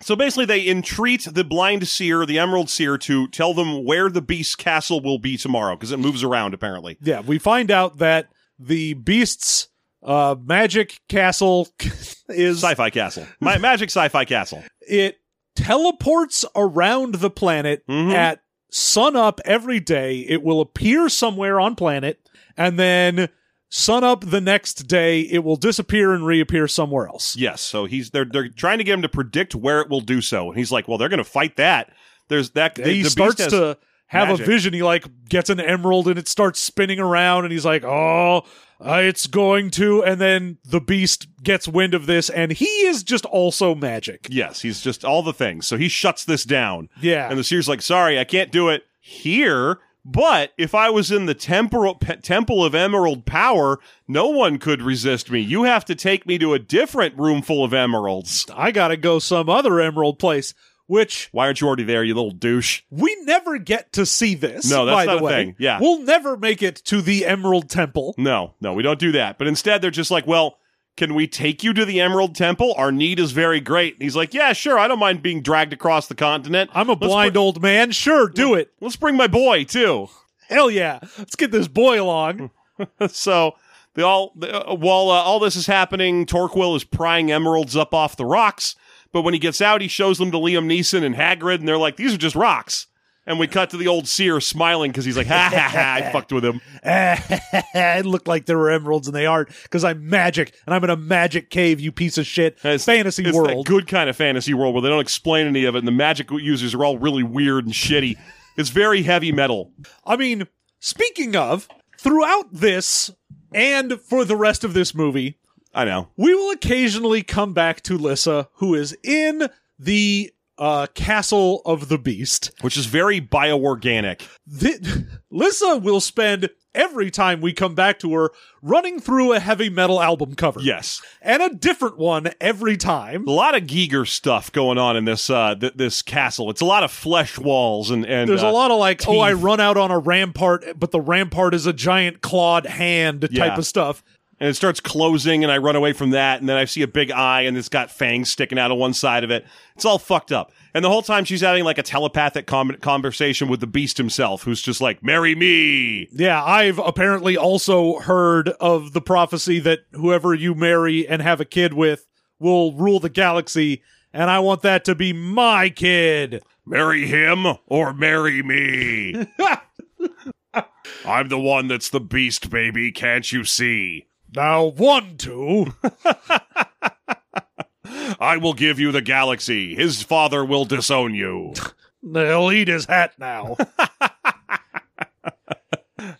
so basically they entreat the blind seer the emerald seer to tell them where the beast's castle will be tomorrow because it moves around apparently Yeah, we find out that the beast's uh, magic castle is sci-fi castle my magic sci-fi castle it teleports around the planet Mhm. at sunup every day. It will appear somewhere on planet, and then sunup the next day, it will disappear and reappear somewhere else. yes so he's they're, they're trying to get him to predict where it will do so and he's like well they're gonna fight that there's that the- he the beast starts has- to have magic. a vision. He like gets an emerald and it starts spinning around, and he's like, "Oh, uh, it's going to." And then the beast gets wind of this, and he is just also magic. Yes, he's just all the things. So he shuts this down. Yeah. And the seer's like, sorry, I can't do it here. But if I was in the temporal pe- temple of emerald power, no one could resist me. You have to take me to a different room full of emeralds. I gotta go some other emerald place, which Why aren't you already there, you little douche? We never get to see this. No, that's by not the a way. thing. Yeah. we'll never make it to the Emerald Temple. No, no, we don't do that. But instead, they're just like, well, can we take you to the Emerald Temple? Our need is very great. And he's like, yeah, sure. I don't mind being dragged across the continent. I'm a Let's blind br- old man. Sure, do it. Let's bring my boy, too. Hell yeah, let's get this boy Hmm. along. so they all they- uh, while uh, all this is happening, Torquil is prying emeralds up off the rocks. But when he gets out, he shows them to Liam Neeson and Hagrid, and they're like, "These are just rocks." And we cut to the old seer smiling because he's like, "Ha ha ha! I fucked with him." it looked like there were emeralds and they aren't because I'm magic and I'm in a magic cave. You piece of shit. Fantasy it's world. that good kind of fantasy world where they don't explain any of it, and the magic users are all really weird and shitty. It's very heavy metal. I mean, speaking of, throughout this and for the rest of this movie, I know. We will occasionally come back to Lissa, who is in the uh, castle of the beast. Which is very bioorganic. Th- Lissa will spend every time we come back to her running through a heavy metal album cover. Yes. And a different one every time. A lot of Giger stuff going on in this uh, th- this castle. It's a lot of flesh walls and and There's uh, a lot of like, oh, I teeth. run out on a rampart, but the rampart is a giant clawed hand Yeah. type of stuff. and it starts closing and I run away from that and then I see a big eye and it's got fangs sticking out of one side of it. It's all fucked up. And the whole time she's having like a telepathic com- conversation with the beast himself who's just like, "Marry me." Yeah, I've apparently also heard of the prophecy that whoever you marry and have a kid with will rule the galaxy, and I want that to be my kid. Marry him or marry me. I'm the one that's the beast, baby. Can't you see? Now, one, two. I will give you the galaxy. His father will disown you. He'll eat his hat now.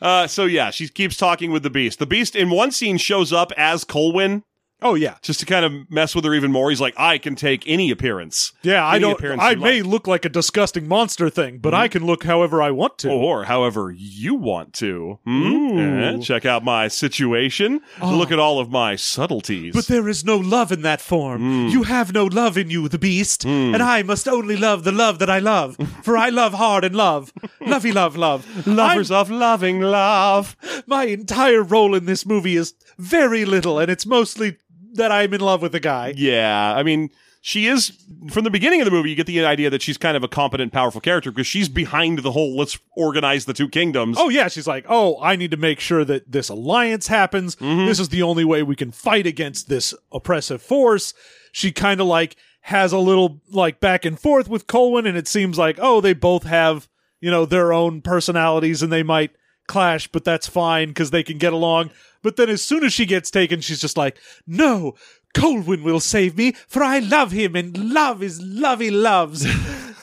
Uh, so yeah, she keeps talking with the beast. The beast in one scene shows up as Colwyn oh, yeah. just to kind of mess with her even more. He's like, I can take any appearance. Yeah, I Any don't. appearance I you may like. Mm-hmm. look like a disgusting monster thing, but I can look however I want to. Or however you want to. Hmm? Ooh. Eh, check out my situation. Look at all of my subtleties. But there is no love in that form. Mm. You have no love in you, the beast, and I must only love the love that I love, for I love hard and love, lovey, love, love, Lovers of loving love. my entire role in this movie is very little, and it's mostly that I'm in love with a guy. Yeah, I mean, she is from the beginning of the movie. You get the idea that she's kind of a competent, powerful character because she's behind the whole "let's organize the two kingdoms." Oh yeah, she's like, oh, I need to make sure that this alliance happens. Mm-hmm. This is the only way we can fight against this oppressive force. She kind of like has a little like back and forth with Colwyn, and it seems like oh, they both have you know their own personalities, and they might clash, but that's fine because they can get along. But then as soon as she gets taken, she's just like, no. Colwyn will save me, for I love him, and love is lovey loves.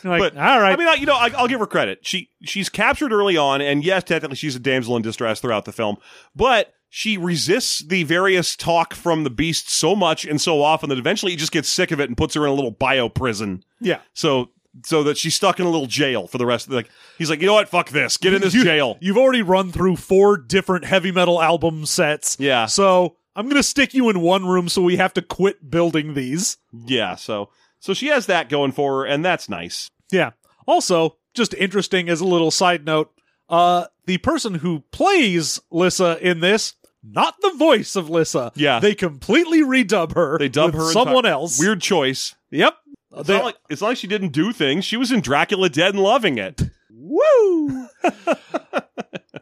like, but all right, I mean, I, you know, I, I'll give her credit. She she's captured early on, and yes, technically she's a damsel in distress throughout the film, but she resists the various talk from the beast so much and so often that eventually he just gets sick of it and puts her in a little bio prison. yeah. So. So that she's stuck in a little jail for the rest of the, like, he's like, you know what? Fuck this. Get in this you, jail. You've already run through four different heavy metal album sets. Yeah. So I'm gonna stick you in one room, so we have to quit building these. Yeah, so so she has that going for her, and that's nice. Yeah. Also, just interesting as a little side note, uh, the person who plays Lissa in this, not the voice of Lissa. Yeah. They completely redub her. They dub with her someone enti- else. Weird choice. Yep. It's, They- not like, it's not like she didn't do things. She was in Dracula Dead and loving it, woo.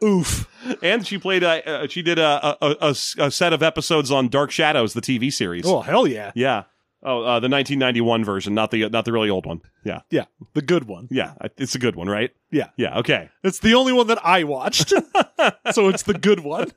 Oof. and she played. A, uh, she did a a, a- a s- a set of episodes on Dark Shadows, the TV series. Oh hell yeah. Yeah. Oh, uh, the 1991 version, not the not the really old one. Yeah, Yeah. The good one. yeah, I- it's a good one, right? Yeah. Yeah, okay. It's the only one that I watched. so it's the good one.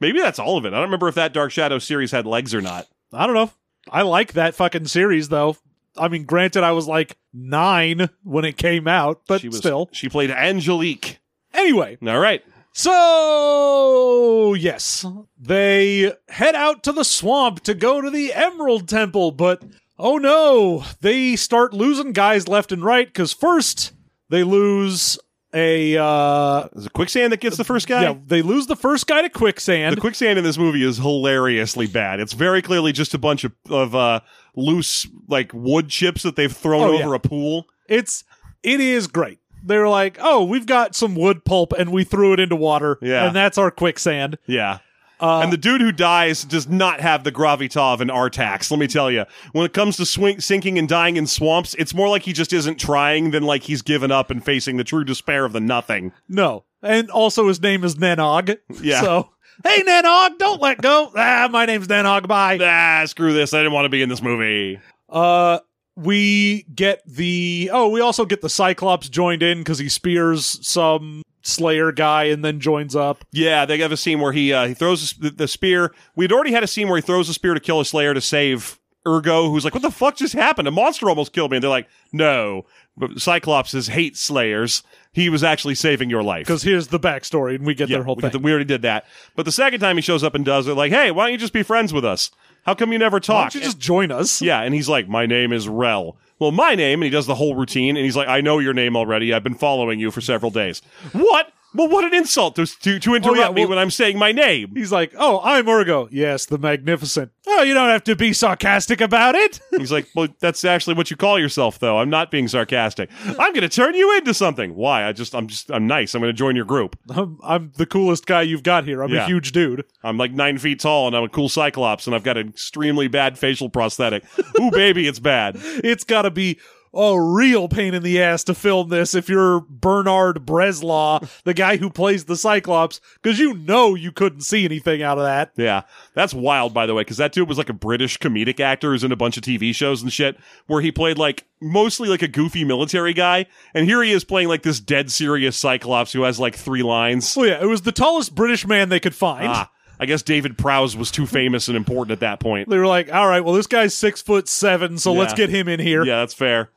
Maybe that's all of it. I don't remember if that Dark Shadow series had legs or not. I don't know. I like that fucking series though. I mean, granted, I was like nine when it came out, but she was, still. she played Angelique. Anyway, All right. so yes, they head out to the swamp to go to the Emerald Temple, but oh no, they start losing guys left and right because first they lose a uh Is it quicksand that gets the first guy? yeah they lose the first guy to quicksand The quicksand in this movie is hilariously bad. It's very clearly just a bunch of, of uh, loose like wood chips that they've thrown Oh, yeah. over a pool. it's it is great. They're like, oh, we've got some wood pulp and we threw it into water, Yeah. and that's our quicksand. Uh, Yeah. and the dude who dies does not have the gravitas of an Artax. Let me tell you, when it comes to swing, sinking and dying in swamps, it's more like he just isn't trying than like he's given up and facing the true despair of the nothing. No, and also his name is Nanog. Yeah. So hey, Nanog, don't let go. ah, my name's Nanog. Bye. Ah, screw this! I didn't want to be in this movie. Uh, we get the oh, we also get the Cyclops joined in because he spears some Slayer guy and then joins up. Yeah, they have a scene where he uh, he throws the- the, the spear. We'd already had a scene where he throws the spear to kill a Slayer to save Ergo, who's like, "What the fuck just happened? A monster almost killed me." And they're like, "No, but Cyclops is hate Slayers. He was actually saving your life." Because here's the backstory, and we get yeah, their whole we, thing. we already did that. But the second time he shows up and does it, like, "Hey, why don't you just be friends with us? How come you never Why talk?" don't you just join us? Yeah, and he's like, "My name is Rel." Well, my name, and he does the whole routine, and he's like, "I know your name already. I've been following you for several days." What? Well, what an insult to to, to interrupt yeah, me well- when I'm saying my name. He's like, "Oh, I'm Urgo. Yes, the magnificent. Oh, you don't have to be sarcastic about it." He's like, "Well, that's actually what you call yourself, though. I'm not being sarcastic. I'm going to turn you into something. Why? I just, I'm just, I'm nice. I'm going to join your group. I'm, I'm the coolest guy you've got here. I'm Yeah. a huge dude. I'm like nine feet tall, and I'm a cool cyclops, and I've got an extremely bad facial prosthetic. Ooh, baby, it's bad. It's got to be a real pain in the ass to film this if you're Bernard Breslaw, the guy who plays the Cyclops, because you know you couldn't see anything out of that. Yeah, that's wild, by the way, because that dude was like a British comedic actor who's in a bunch of TV shows and shit, where he played like mostly like a goofy military guy, and here he is playing like this dead serious Cyclops who has like three lines. So yeah, it was the tallest British man they could find. Ah, I guess David Prowse was too famous and important at that point. They were like, "All right, well, this guy's six foot seven, so Yeah. let's get him in here." Yeah, that's fair.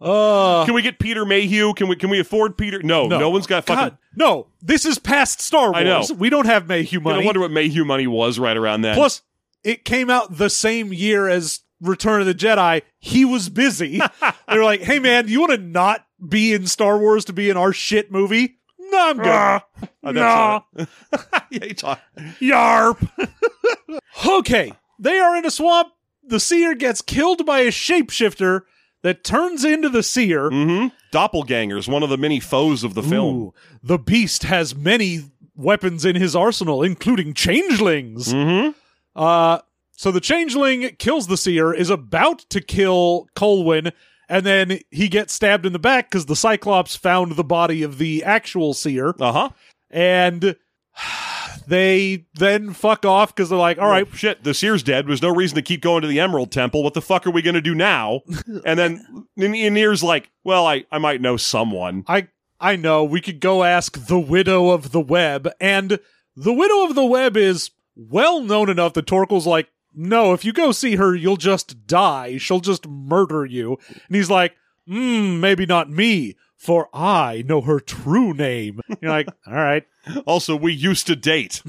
Uh, Can we get Peter Mayhew? Can we can we afford Peter? No, no, one's got fucking. God, no, this is past Star Wars. I know. We don't have Mayhew I money. wonder what Mayhew money was right around then. Plus, it came out the same year as Return of the Jedi. He was busy. they were like, "Hey, man, you want to not be in Star Wars to be in our shit movie?" No, I'm good. Oh, that's Nah. not it. yeah, he talk- Yarp. okay, they are in a swamp. The seer gets killed by a shapeshifter that turns into the seer. Mhm. Doppelgangers, one of the many foes of the film. Ooh, the beast has many weapons in his arsenal, including changelings. Mm-hmm. Uh, so the changeling kills the seer, is about to kill Colwyn, and then he gets stabbed in the back because the Cyclops found the body of the actual seer, Uh huh. and they then fuck off because they're like, "All All right, right, shit, the Seer's dead. There's no reason to keep going to the Emerald Temple. What the fuck are we going to do now? And then Nir's like, well, I, I might know someone. I I know we could go ask the widow of the web, and the widow of the web is well known enough that Torkel's like, no, if you go see her, you'll just die. She'll just murder you. And he's like, mm, maybe not me, for I know her true name. You're like, all right. Also, we used to date.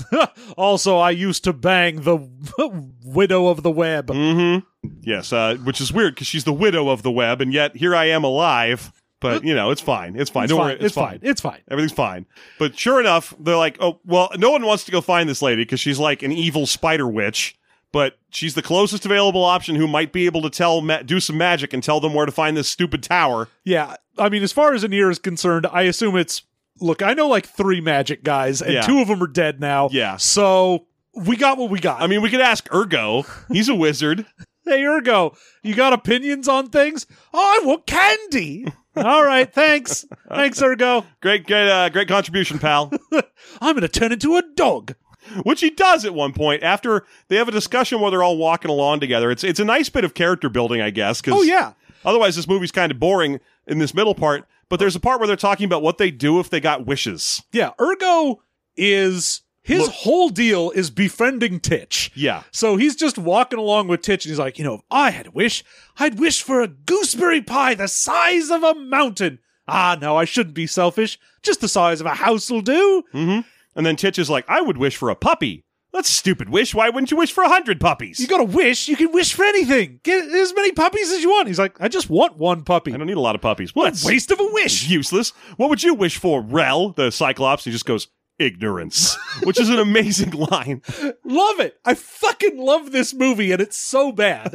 Also, I used to bang the widow of the web. mm-hmm. Yes, uh, which is weird because she's the widow of the web, and yet here I am alive. But, you know, it's fine. It's fine. It's Don't fine. worry. It's fine. It's fine. Everything's fine. But sure enough, they're like, oh, well, no one wants to go find this lady because she's like an evil spider witch, but she's the closest available option who might be able to tell, ma- do some magic and tell them where to find this stupid tower. Yeah, I mean, as far as Anir is concerned, I assume it's look. I know like three magic guys, and Yeah. two of them are dead now. Yeah. so we got what we got. I mean, we could ask Ergo. He's a wizard. hey, Ergo, you got opinions on things? Oh, I want candy. All right, thanks, thanks, Ergo. Great, great, uh, great contribution, pal. I'm gonna turn into a dog. Which he does at one point after they have a discussion where they're all walking along together. It's it's a nice bit of character building, I guess. 'cause Oh yeah, Otherwise, this movie's kind of boring in this middle part. But there's a part where they're talking about what they do if they got wishes. yeah. Ergo is his Look- whole deal is befriending Titch. Yeah. So he's just walking along with Titch, and he's like, you know, if I had a wish, I'd wish for a gooseberry pie the size of a mountain. Ah, no, I shouldn't be selfish. Just the size of a house'll do. Hmm? And then Titch is like, I would wish for a puppy. That's a stupid wish. Why wouldn't you wish for a hundred puppies? You got to wish. You can wish for anything. Get as many puppies as you want. He's like, I just want one puppy. I don't need a lot of puppies. What What a waste of a wish. useless. What would you wish for, Rel? The Cyclops. He just goes, ignorance, which is an amazing line. Love it. I fucking love this movie, and it's so bad.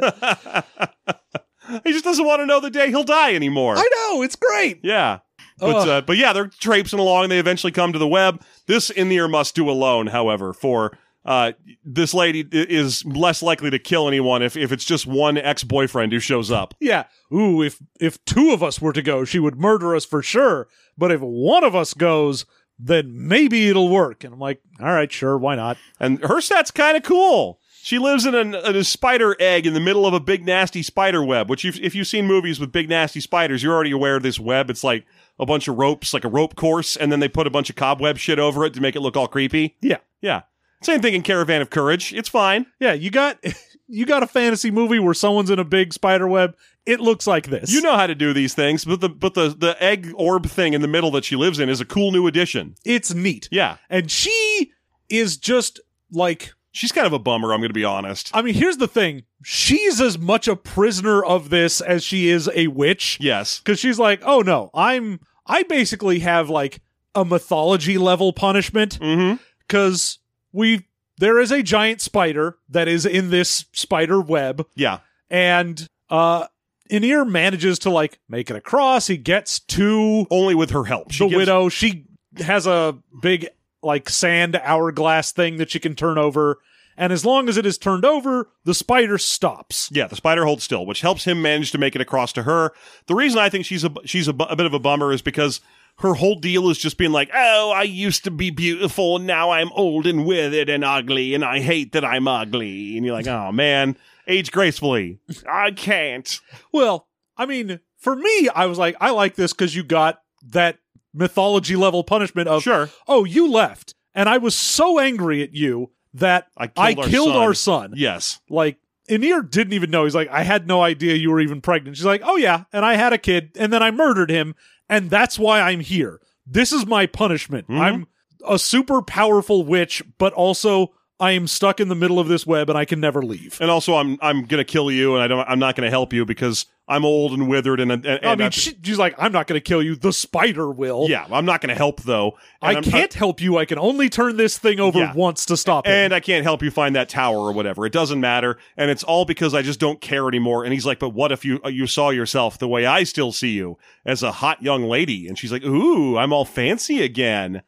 He just doesn't want to know the day he'll die anymore. I know. It's great. yeah. But Ugh. uh, but yeah, they're traipsing along. and They eventually come to the web. This in the ear must do alone, however, for uh, this lady i- is less likely to kill anyone if, if it's just one ex boyfriend who shows up. Yeah. Ooh, if if two of us were to go, she would murder us for sure. But if one of us goes, then maybe it'll work. And I'm like, all right, sure, why not? And her stat's kind of cool. She lives in, an, in a spider egg in the middle of a big nasty spider web. Which you've, if you've seen movies with big nasty spiders, you're already aware of this web. It's like a bunch of ropes, like a rope course, and then they put a bunch of cobweb shit over it to make it look all creepy. Yeah. Yeah. Same thing in Caravan of Courage. It's fine. Yeah, you got you got a fantasy movie where someone's in a big spider web. It looks like this. You know how to do these things, but the but the the egg orb thing in the middle that she lives in is a cool new addition. it's neat. Yeah, And she is just like she's kind of a bummer. I'm going to be honest. I mean, here's the thing. She's as much a prisoner of this as she is a witch. Yes, because she's like, oh no, I'm I basically have like a mythology level punishment Mm-hmm. because we there is a giant spider that is in this spider web Yeah. and uh Anir manages to like make it across he gets to Only with her help. She the gives- widow she has a big like sand hourglass thing that she can turn over and as long as it is turned over the spider stops Yeah, the spider holds still, which helps him manage to make it across to her. The reason I think she's a she's a, bu- a bit of a bummer is because her whole deal is just being like, "Oh, I used to be beautiful, now I'm old and withered and ugly, and I hate that I'm ugly." And you're like, "Oh man, age gracefully. I can't." well i mean for me i was like i like this because you got that mythology level punishment of Sure. oh you left and i was so angry at you that I i killed killed, our our, son." son. Yes. like Anir didn't even know. He's like, I had no idea you were even pregnant. She's like, Oh yeah, and I had a kid, and then I murdered him, and that's why I'm here. This is my punishment. Mhm. I'm a super powerful witch, but also I am stuck in the middle of this web and I can never leave. And also I'm I'm going to kill you and I don't I'm not going to help you because I'm old and withered and and, and I mean, I'm- she, she's like, I'm not going to kill you. The spider will. yeah, I'm not going to help though. And I I'm- can't help you. I can only turn this thing over Yeah. once to stop it. and I can't help you find that tower or whatever. It doesn't matter, and it's all because I just don't care anymore. And he's like, "But what if you uh, you saw yourself the way I still see you as a hot young lady?" And she's like, "Ooh, I'm all fancy again."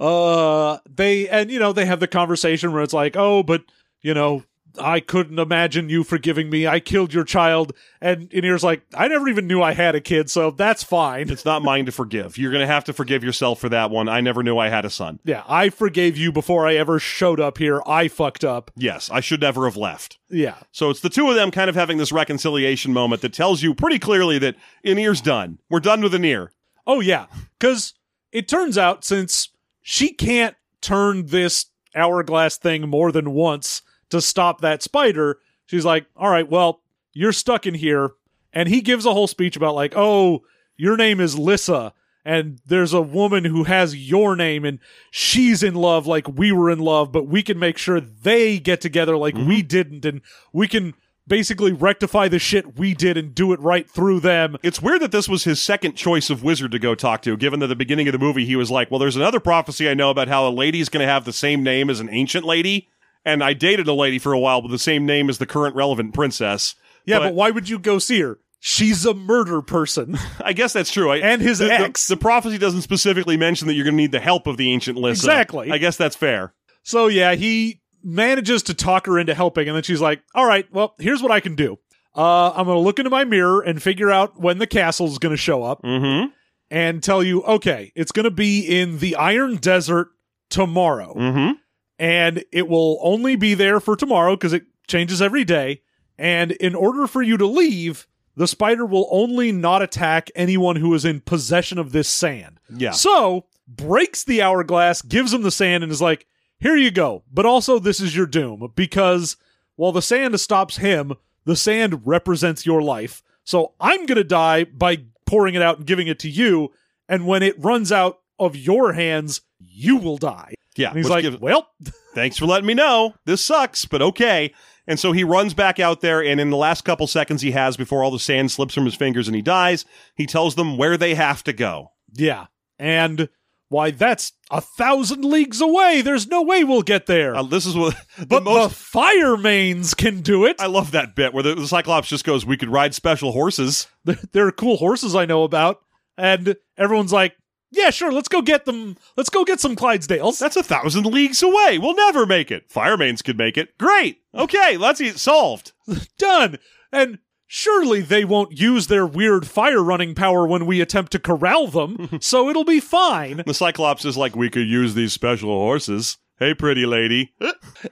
uh they and you know they have the conversation where it's like oh but you know i couldn't imagine you forgiving me i killed your child and Inir's like i never even knew i had a kid so that's fine It's not mine to forgive. You're gonna have to forgive yourself for that one. I never knew I had a son. yeah i forgave you before i ever showed up here i fucked up Yes, I should never have left. yeah So it's the two of them kind of having this reconciliation moment that tells you pretty clearly that Anir's done. We're done with Anir. oh yeah cuz it turns out since she can't turn this hourglass thing more than once to stop that spider she's like all right well you're stuck in here and he gives a whole speech about like oh your name is lissa and there's a woman who has your name and she's in love like we were in love but we can make sure they get together like we didn't and we can basically rectify the shit we did and do it right through them It's weird that this was his second choice of wizard to go talk to, given that at the beginning of the movie he was like, Well, there's another prophecy I know about how a lady's going to have the same name as an ancient lady. And I dated a lady for a while with the same name as the current relevant princess. yeah but why would you go see her she's a murder person I guess that's true. I, And his the, the- ex. The, prophecy doesn't specifically mention that you're going to need the help of the ancient Lissa. Exactly. I guess that's fair. So yeah, he manages to talk her into helping, and then she's like, "All right, well, here's what I can do. Uh, I'm gonna look into my mirror and figure out when the castle's gonna show up, Mm and tell you, okay, it's gonna be in the Iron Desert tomorrow, hmm. Mm and it will only be there for tomorrow because it changes every day. And in order for you to leave." The spider will only not attack anyone who is in possession of this sand. hmm. Yeah. So breaks the hourglass, gives him the sand, and is like, "Here you go." But also, this is your doom because while the sand stops him, the sand represents your life. So I'm gonna die by pouring it out and giving it to you. And when it runs out of your hands, you will die. yeah. And he's which like, gives- "Well, thanks for letting me know. This sucks, but okay. And so he runs back out there, and in the last couple seconds he has before all the sand slips from his fingers and he dies, he tells them where they have to go. yeah." And why? That's a thousand leagues away. There's no way we'll get there. Uh, this is what the but the most. fire mains can do it. I love that bit where the, the Cyclops just goes, "We could ride special horses." there there are cool horses I know about, and everyone's like, yeah, sure, let's go get them. Let's go get some Clydesdales. That's a thousand leagues away. We'll never make it. Firemains could make it. Great. Okay, let's eat solved. done. And surely they won't use their weird fire running power when we attempt to corral them, so it'll be fine. The Cyclops is like, "We could use these special horses." Hey, pretty lady.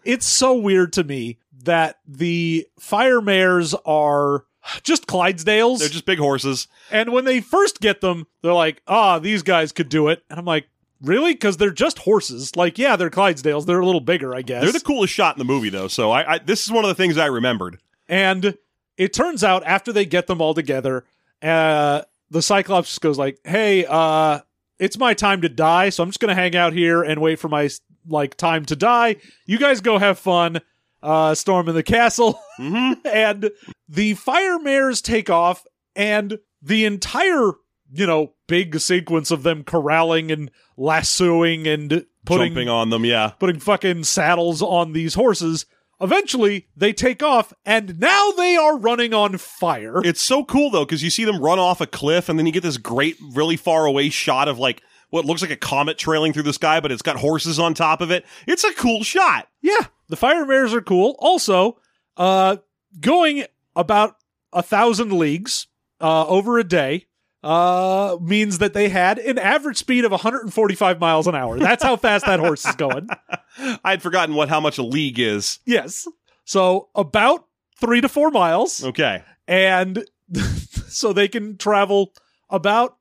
It's so weird to me that the fire mares are just Clydesdales. They're just big horses. and when they first get them, they're like, ah, these guys could do it. And I'm like, really? Because they're just horses. Like, yeah, they're Clydesdales. They're a little bigger, I guess. They're the coolest shot in the movie, though. So I, I this is one of the things I remembered. And it turns out after they get them all together, uh, the Cyclops just goes like, "Hey, uh, it's my time to die, so I'm just gonna hang out here and wait for my like time to die. You guys go have fun, uh, storm in the castle." Mm-hmm. and the fire mares take off, and the entire you know big sequence of them corralling and lassoing and putting jumping on them. Yeah. putting fucking saddles on these horses. Eventually, they take off, and now they are running on fire. It's so cool though because you see them run off a cliff, and then you get this great, really far away shot of like what looks like a comet trailing through the sky, but it's got horses on top of it. It's a cool shot. yeah, the fire mares are cool. Also, uh, going about a thousand leagues uh, over a day uh, means that they had an average speed of 145 miles an hour. That's how fast that horse is going. I had forgotten what how much a league is. Yes. So about three to four miles. Okay, and so they can travel about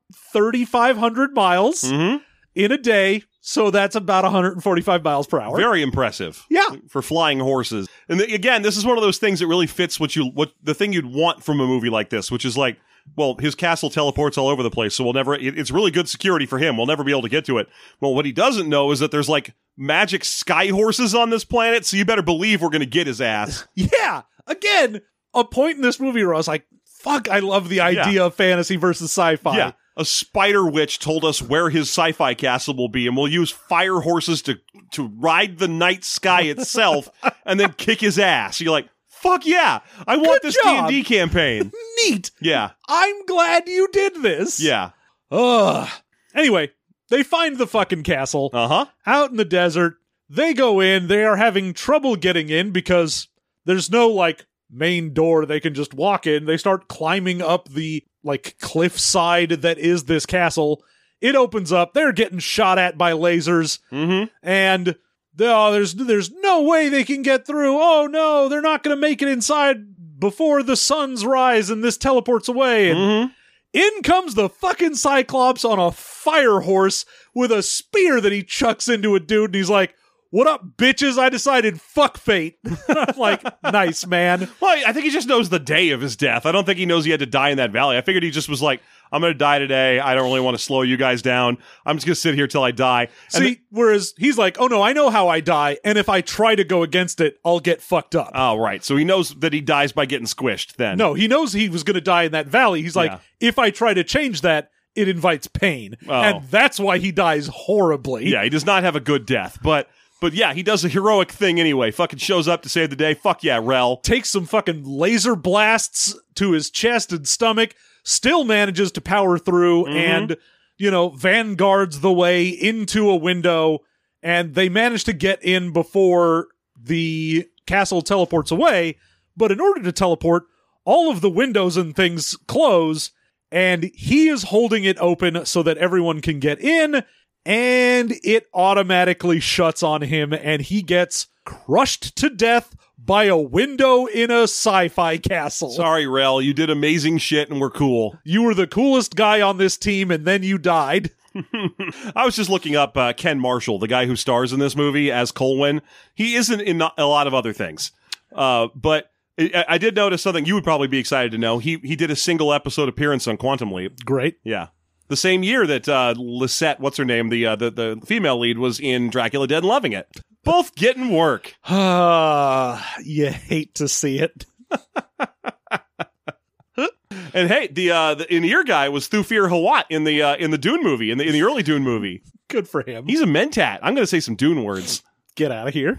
3500 miles Mhm. in a day so that's about 145 miles per hour very impressive. yeah for flying horses. And th- again, this is one of those things that really fits what you what the thing you'd want from a movie like this, which is like, well, his castle teleports all over the place, so we'll never. It, it's really good security for him. We'll never be able to get to it. Well, what he doesn't know is that there's like magic sky horses on this planet, so you better believe we're gonna get his ass. yeah again a point in this movie where i was like fuck i love the idea Yeah. of fantasy versus sci-fi yeah. A spider witch told us where his sci-fi castle will be, and we'll use fire horses to to ride the night sky itself, and then kick his ass. You're like, fuck yeah! I want Good this D job. and D campaign. neat Yeah, i'm glad you did this yeah. Ugh. anyway they find the fucking castle Uh huh. out in the desert. They go in. They are having trouble getting in because there's no like main door they can just walk in. They start climbing up the like cliffside that is this castle. It opens up. They're getting shot at by lasers, Mm-hmm. and oh, there's there's no way they can get through. Oh no, they're not going to make it inside before the sun's rise and this teleports away. And Mm-hmm. in comes the fucking Cyclops on a fire horse with a spear that he chucks into a dude, and he's like, "What up, bitches? I decided fuck fate." I'm like, "Nice man." Well, I think he just knows the day of his death. I don't think he knows he had to die in that valley. I figured he just was like, "I'm going to die today. I don't really want to slow you guys down. I'm just going to sit here till I die." See, And th- whereas he's like, "Oh no, I know how I die, and if I try to go against it, I'll get fucked up." oh, right. So he knows that he dies by getting squished. Then no, he knows he was going to die in that valley. He's like, Yeah. "If I try to change that, it invites pain," Oh. and that's why he dies horribly. yeah, he does not have a good death. But but yeah, he does a heroic thing anyway. Fucking shows up to save the day. Fuck yeah, Rel. takes some fucking laser blasts to his chest and stomach, still manages to power through and, you know, vanguards the way into a window. And they manage to get in before the castle teleports away. But in order to teleport, all of the windows and things close. And he is holding it open so that everyone can get in. And it automatically shuts on him, and he gets crushed to death by a window in a sci fi castle. Sorry, Rel. You did amazing shit, and we're cool. You were the coolest guy on this team, and then you died. I was just looking up uh, Ken Marshall, the guy who stars in this movie as Colwyn. He isn't in a a lot of other things, uh, but I, I did notice something you would probably be excited to know. He he did a single episode appearance on Quantum Leap. Great. Yeah, the same year that uh, Lisette, what's her name, the, uh, the the female lead, was in Dracula Dead and loving it. Both getting work. Ah, you hate to see it. And hey, the uh, the in ear guy was Thufir Hawat in the uh, in the Dune movie in the in the early Dune movie. Good for him. He's a mentat. I'm going to say some Dune words. Get out of here.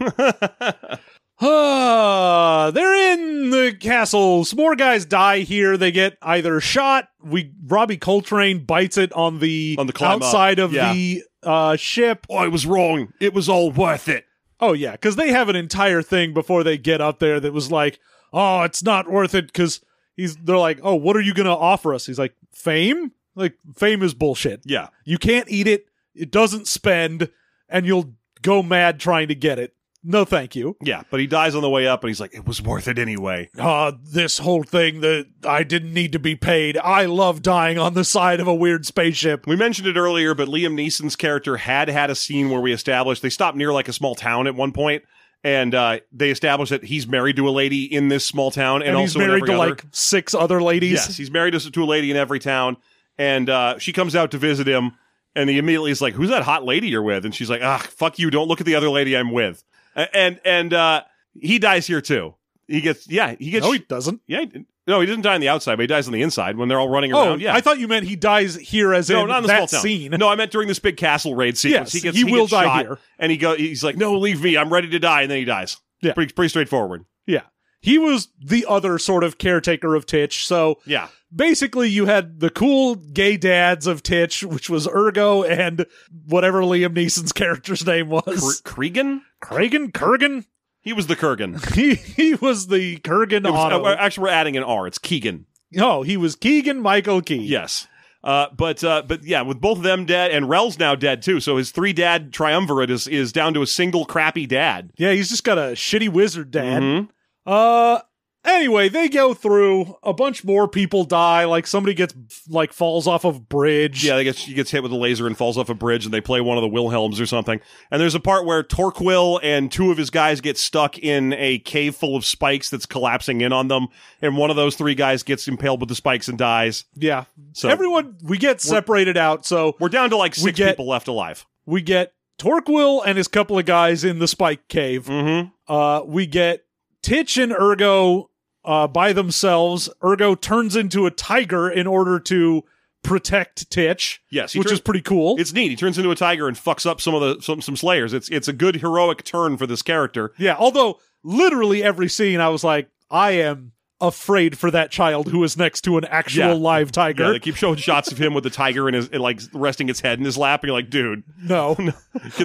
Ah, they're in the castle. Some more guys die here. They get either shot. We Robbie Coltrane bites it on the, On the climb up. outside of Yeah. the uh, ship. Oh, I was wrong. It was all worth it. Oh yeah, because they have an entire thing before they get up there that was like, oh, it's not worth it because he's. They're like, oh, what are you gonna offer us? He's like, fame. Like fame is bullshit. Yeah. You can't eat it. It doesn't spend, and you'll go mad trying to get it. No, thank you. Yeah, but he dies on the way up, and he's like, "It was worth it anyway." uh, this whole thing that I didn't need to be paid. I love dying on the side of a weird spaceship. We mentioned it earlier, but Liam Neeson's character had had a scene where we established they stopped near like a small town at one point, and uh, they established that he's married to a lady in this small town, and, And, he's also in married every to other- like six other ladies. yes, he's married to, to a lady in every town, and uh, she comes out to visit him, and he immediately is like, "Who's that hot lady you're with?" And she's like, "Ah, fuck you! Don't look at the other lady I'm with," A- and and uh, he dies here too. He gets yeah, he gets No, he doesn't. yeah. He, no, he doesn't die on the outside, but he dies on the inside when they're all running Oh, around. Yeah, I thought you meant he dies here, as no, in not in the that small town. scene. No, I meant during this big castle raid sequence. Yes, he gets he will gets die shot, here. and he go. He's like, no, leave me. I'm ready to die, and then he dies. Yeah. pretty pretty straightforward. Yeah, he was the other sort of caretaker of Titch. So Yeah, basically, you had the cool gay dads of Titch, which was Ergo and whatever Liam Neeson's character's name was, Kr- Cregan. Kragan Kurgan. He was the Kurgan. He he was the Kurgan It was- Otto. uh, actually, we're adding an R. It's Keegan. no, he was Keegan Michael Key. Yes. Uh, but uh, but yeah, with both of them dead and Rel's now dead too, so his three dad triumvirate is is down to a single crappy dad. Yeah, he's just got a shitty wizard dad. Mhm. Uh anyway, they go through a bunch more people die, like somebody gets like falls off of bridge. Yeah, they gets he gets hit with a laser and falls off a bridge, and they play one of the Wilhelms or something. And there's a part where Torquil and two of his guys get stuck in a cave full of spikes that's collapsing in on them, and one of those three guys gets impaled with the spikes and dies. Yeah. So- everyone we get separated out, so We're down to like six get- people left alive. we get Torquil and his couple of guys in the spike cave. Mm-hmm. Uh we get Titch and Ergo uh by themselves. Ergo turns into a tiger in order to protect Titch. Yes, he which turn- is pretty cool. It's neat. He turns into a tiger and fucks up some of the some some slayers. It's it's a good heroic turn for this character. Yeah, although literally every scene I was like, I am afraid for that child who is next to an actual Yeah. live tiger. Yeah, they keep showing shots of him with the tiger in his and like resting its head in his lap, and you're like, dude, no.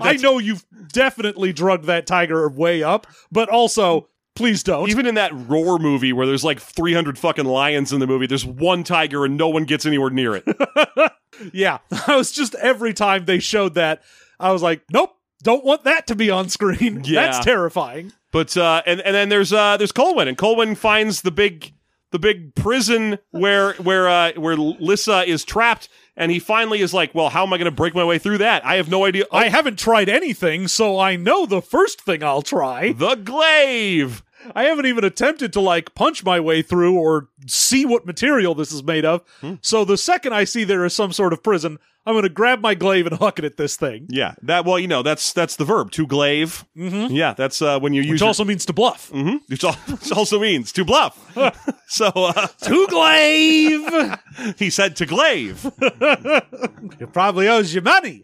I know you've definitely drugged that tiger way up, but also please don't. even in that roar movie where there's like 300 fucking lions in the movie, there's one tiger and no one gets anywhere near it. yeah. I was just every time they showed that, I was like, nope, don't want that to be on screen. Yeah. That's terrifying. But uh, and and then there's uh, there's Colwyn, and Colwyn finds the big the big prison where where uh, where Lissa is trapped, and he finally is like, well, how am I going to break my way through that? I have no idea. I haven't tried anything, so I know the first thing I'll try. the glaive. I haven't even attempted to like punch my way through or see what material this is made of. Hmm. So the second I see there is some sort of prison, I'm going to grab my glaive and huck it at this thing, Yeah, that well, you know, that's that's the verb to glaive. Mm-hmm. Yeah, that's uh, when you use which your- also means to bluff. Mhm. Which al- which also means to bluff. so uh, To glaive, he said to glaive. it probably owes you money.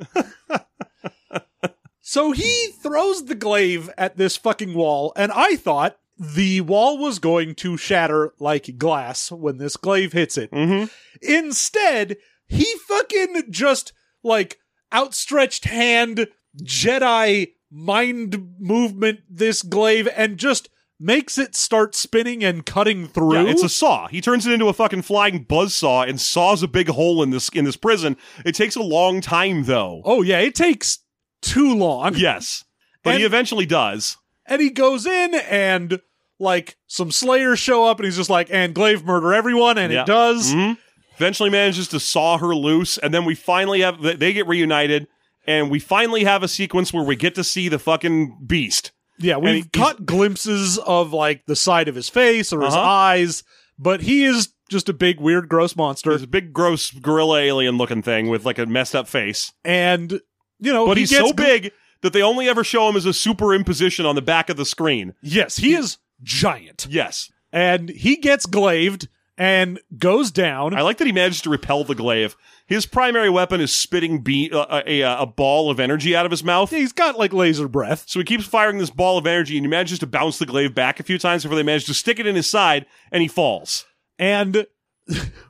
so he throws the glaive at this fucking wall, and I thought the wall was going to shatter like glass when this glaive hits it. Mm-hmm. Instead, he fucking just like outstretched hand Jedi mind movement this glaive and just makes it start spinning and cutting through. Yeah, it's a saw. He turns it into a fucking flying buzzsaw and saws a big hole in this in this prison. It takes a long time though. oh yeah, it takes too long. Yes. But And- he eventually does. And he goes in and like some slayers show up and he's just like and glaive murder everyone and Yeah. it does. Mhm. Eventually manages to saw her loose and then we finally have they- they get reunited and we finally have a sequence where we get to see the fucking beast. Yeah, we've he- caught glimpses of like the side of his face or his Uh-huh. eyes, but he is just a big weird gross monster. There's a big gross gorilla alien looking thing with like a messed up face. and you know, but he he's gets so gl- big that they only ever show him as a superimposition on the back of the screen. Yes, he is giant, Yes. and he gets glaved and goes down. I like that he managed to repel the glaive. His primary weapon is spitting be- uh, a, a, a ball of energy out of his mouth. He's got like laser breath. So he keeps firing this ball of energy and he manages to bounce the glaive back a few times before they manage to stick it in his side and he falls. And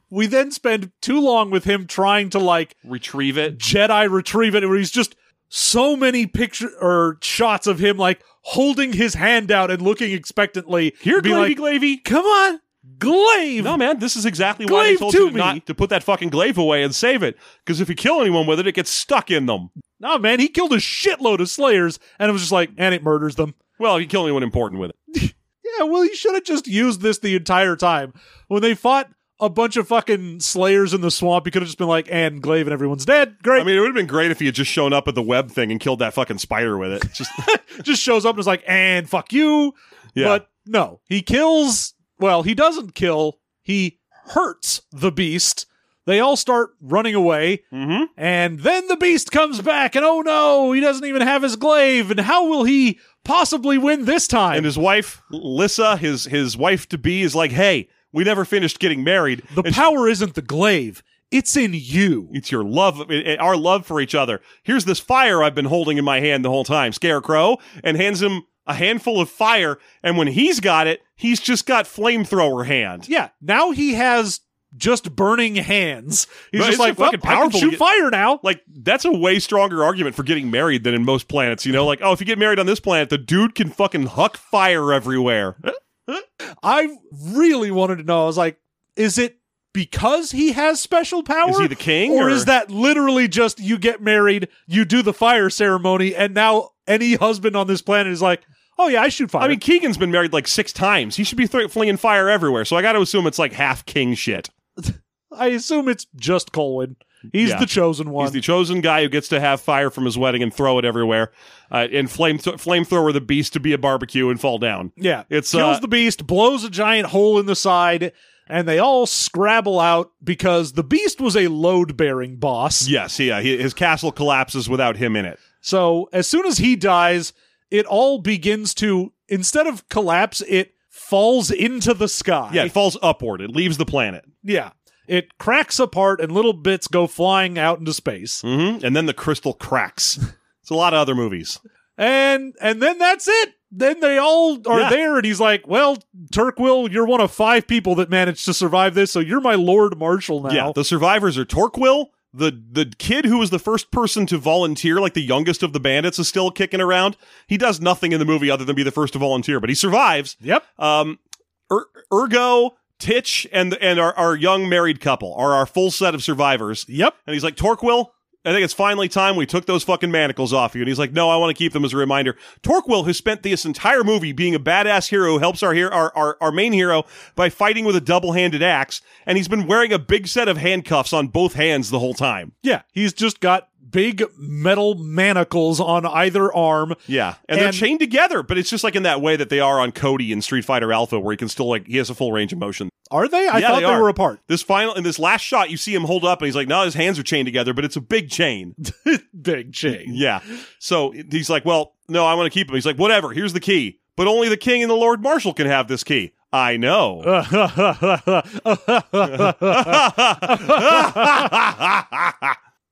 we then spend too long with him trying to like Retrieve it. Jedi retrieve it, where he's just so many picture or shots of him like holding his hand out and looking expectantly. Here, be like, Glavey, Glavey. come on, glaive. No, man, this is exactly why they Glaive told to you me. not to put that fucking glaive away and save it. Because if you kill anyone with it, it gets stuck in them. no, man, he killed a shitload of slayers, and it was just like, and it murders them. Well, if you kill anyone important with it. Yeah, well, he should have just used this the entire time. When they fought a bunch of fucking slayers in the swamp, he could have just been like, and Glaive and everyone's dead. Great. I mean, it would have been great if he had just shown up at the web thing and killed that fucking spider with it. Just just shows up and is like, and fuck you. Yeah. But no, he kills, well, he doesn't kill, he hurts the beast. They all start running away, Mhm. and then the beast comes back, and oh no, he doesn't even have his glaive, and how will he possibly win this time. And his wife, Lissa, his his wife to be, is like, "Hey, we never finished getting married. the It's- power isn't the glaive; it's in you. It's your love, it- it- our love for each other. Here's this fire I've been holding in my hand the whole time, Scarecrow, and hands him a handful of fire. And when he's got it, he's just got flamethrower hand. Yeah. Now he has just burning hands. He's But just isn't like, it well, fucking I can powerful to shoot get- fire now. Like that's a way stronger argument for getting married than in most planets. You know, like oh, if you get married on this planet, the dude can fucking huck fire everywhere. I really wanted to know. I was like, is it because he has special power? Is he the king, Or, or- is that literally just you get married, you do the fire ceremony, and now any husband on this planet is like, oh, yeah, I shoot fire. I mean, Keegan's been married like six times. He should be thr flinging fire everywhere. So I got to assume it's like half king shit. I assume it's just Colwyn. He's Yeah. the chosen one. He's the chosen guy who gets to have fire from his wedding and throw it everywhere, uh, and flame flamethrower the beast to be a barbecue and fall down. yeah. It's, Kills uh, the beast, blows a giant hole in the side, and they all scrabble out because the beast was a load bearing boss. Yes, yeah, he, his castle collapses without him in it. So as soon as he dies, it all begins to instead of collapse, it falls into the sky. Yeah, it falls upward. It leaves the planet, Yeah. It cracks apart and little bits go flying out into space. hmm and then the crystal cracks. It's a lot of other movies. And and then that's it. Then they all are Yeah. there and he's like, "Well, Turkwill, you're one of five people that managed to survive this, so you're my Lord Marshal now." Yeah, the survivors are Torquil. The the kid who was the first person to volunteer, like the youngest of the bandits, is still kicking around. He does nothing in the movie other than be the first to volunteer, but he survives. yep. um, er- Ergo, Titch, and and our, our young married couple are our full set of survivors. Yep. And he's like, Torquil, I think it's finally time we took those fucking manacles off you. And he's like, No, I want to keep them as a reminder. Torquil, who spent this entire movie being a badass hero, who helps our hero, our, our our main hero by fighting with a double handed axe, and he's been wearing a big set of handcuffs on both hands the whole time. Yeah, he's just got big metal manacles on either arm. Yeah, and, they're And- chained together, but it's just like in that way that they are on Cody in Street Fighter Alpha, where he can still like he has a full range of motion. Are they? I Yeah, thought they they are. were apart. This final in this last shot, you see him hold up, and he's like, "No, his hands are chained together, but it's a big chain." Big change. yeah. So he's like, "Well, no, I want to keep him." He's like, "Whatever. Here's the key, but only the king and the lord marshal can have this key." I know.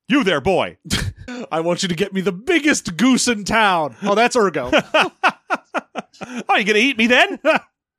you there, boy? I want you to get me the biggest goose in town. Oh, that's Ergo. and Are you gonna eat me then?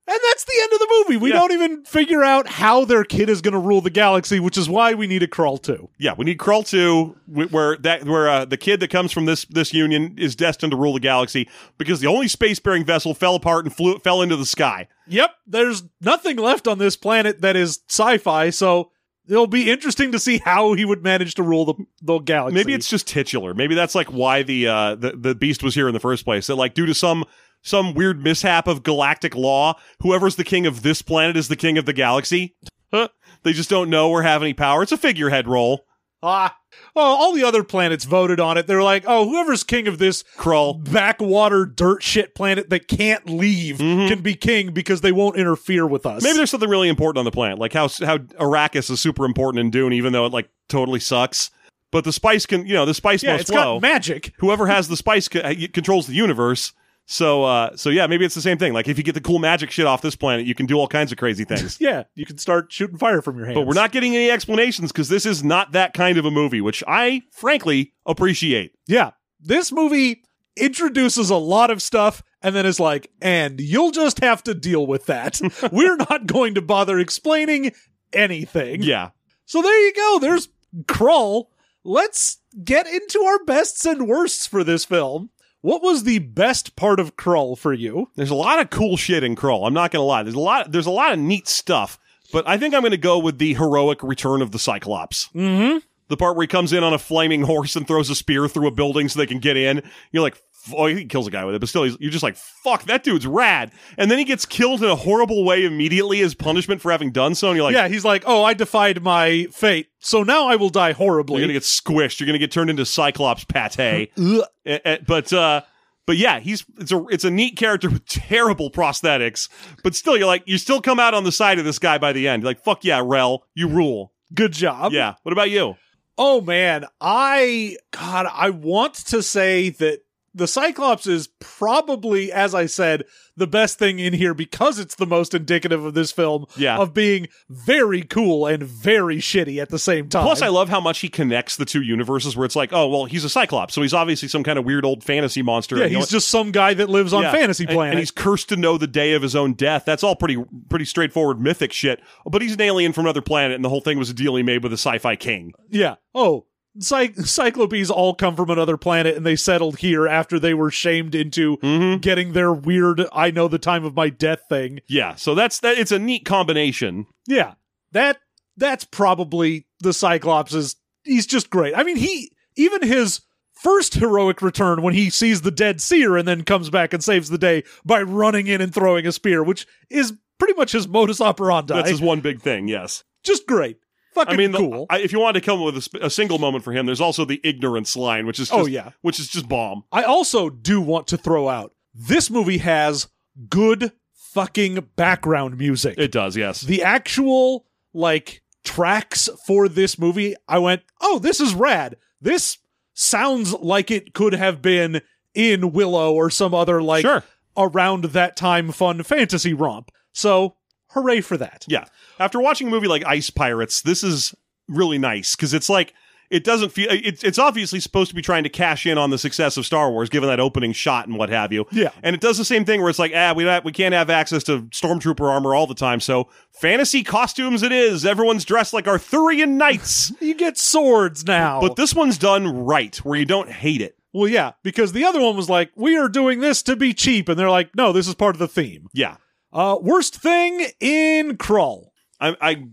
that's the end of the movie. We Yeah. don't even figure out how their kid is going to rule the galaxy, which is why we need a crawl too. yeah, we need Krull two, wh- where that where uh, the kid that comes from this this union is destined to rule the galaxy because the only space bearing vessel fell apart and flew fell into the sky. Yep, there's nothing left on this planet that is sci-fi, so it'll be interesting to see how he would manage to rule the, the galaxy. Maybe it's just titular. Maybe that's like why the uh the, the beast was here in the first place. That like due to some some weird mishap of galactic law, whoever's the king of this planet is the king of the galaxy. Huh. They just don't know or have any power. It's a figurehead role. ah. Oh, all the other planets voted on it. They're like, oh, whoever's king of this Krull. backwater dirt shit planet that can't leave can be king because they won't interfere with us. Maybe there's something really important on the planet, like how how Arrakis is super important in Dune, even though it like totally sucks. But the spice can, you know, the spice yeah, must it's flow. got magic. Whoever has the spice co- uh, controls the universe. So, uh, so yeah, maybe it's the same thing. Like if you get the cool magic shit off this planet, you can do all kinds of crazy things. Yeah, you can start shooting fire from your hands. But we're not getting any explanations because this is not that kind of a movie, which I frankly appreciate. Yeah, this movie introduces a lot of stuff and then is like, and you'll just have to deal with that. we're not going to bother explaining anything. Yeah. So there you go. There's Krull. Let's get into our bests and worsts for this film. What was the best part of Krull for you? There's a lot of cool shit in Krull. I'm not gonna lie. There's a lot there's a lot of neat stuff, but I think I'm gonna go with the heroic return of the Cyclops. Mm-hmm. The part where he comes in on a flaming horse and throws a spear through a building so they can get in. You're like, f- oh, he kills a guy with it, but still, he's, you're just like, fuck, that dude's rad. And then he gets killed in a horrible way immediately as punishment for having done so. And you're like, yeah, he's like, oh, I defied my fate, so now I will die horribly. You're gonna get squished. You're gonna get turned into Cyclops pate. Ugh. Eh, eh, but uh, but yeah, he's it's a it's a neat character with terrible prosthetics. But still, you're like you still come out on the side of this guy by the end. You're like fuck yeah, Rel, you rule. Good job. Yeah. What about you? Oh man, I God, I want to say that the Cyclops is probably, as I said, the best thing in here because it's the most indicative of this film Yeah. of being very cool and very shitty at the same time. Plus, I love how much he connects the two universes where it's like, oh, well, he's a Cyclops, so he's obviously some kind of weird old fantasy monster. yeah, and, you know, he's just some guy that lives on yeah, fantasy and- planet. And, he's cursed to know the day of his own death. That's all pretty pretty straightforward mythic shit. But he's an alien from another planet, and the whole thing was a deal he made with a sci fi king. Yeah. Oh, Cy- Cyclopes all come from another planet and they settled here after they were shamed into Mm-hmm. getting their weird I know the time of my death thing. Yeah, so that's that. It's a neat combination. Yeah. That that's probably the Cyclops's he's just great. I mean, he even his first heroic return when he sees the dead seer and then comes back and saves the day by running in and throwing a spear, which is pretty much his modus operandi. That's his one big thing. Yes, just great. Fucking I mean, the- cool. I, if you wanted to come up with a, sp- a single moment for him, there's also the ignorance line, which is just, Oh, yeah. which is just bomb. I also do want to throw out this movie has good fucking background music. It does. Yes, the actual like tracks for this movie, I went, "Oh, this is rad. This sounds like it could have been in Willow or some other like Sure. around that time fun fantasy romp." So, hooray for that. Yeah. After watching a movie like Ice Pirates, this is really nice because it's like it doesn't feel it's it's obviously supposed to be trying to cash in on the success of Star Wars, given that opening shot and what have you. Yeah. And it does the same thing where it's like, ah, we don't, we can't have access to stormtrooper armor all the time, so fantasy costumes it is. Everyone's dressed like Arthurian knights. You get swords now. But this one's done right, where you don't hate it. well, yeah, because the other one was like, "We are doing this to be cheap." And they're like, "No, this is part of the theme." Yeah. Uh, worst thing in Krull. I, I,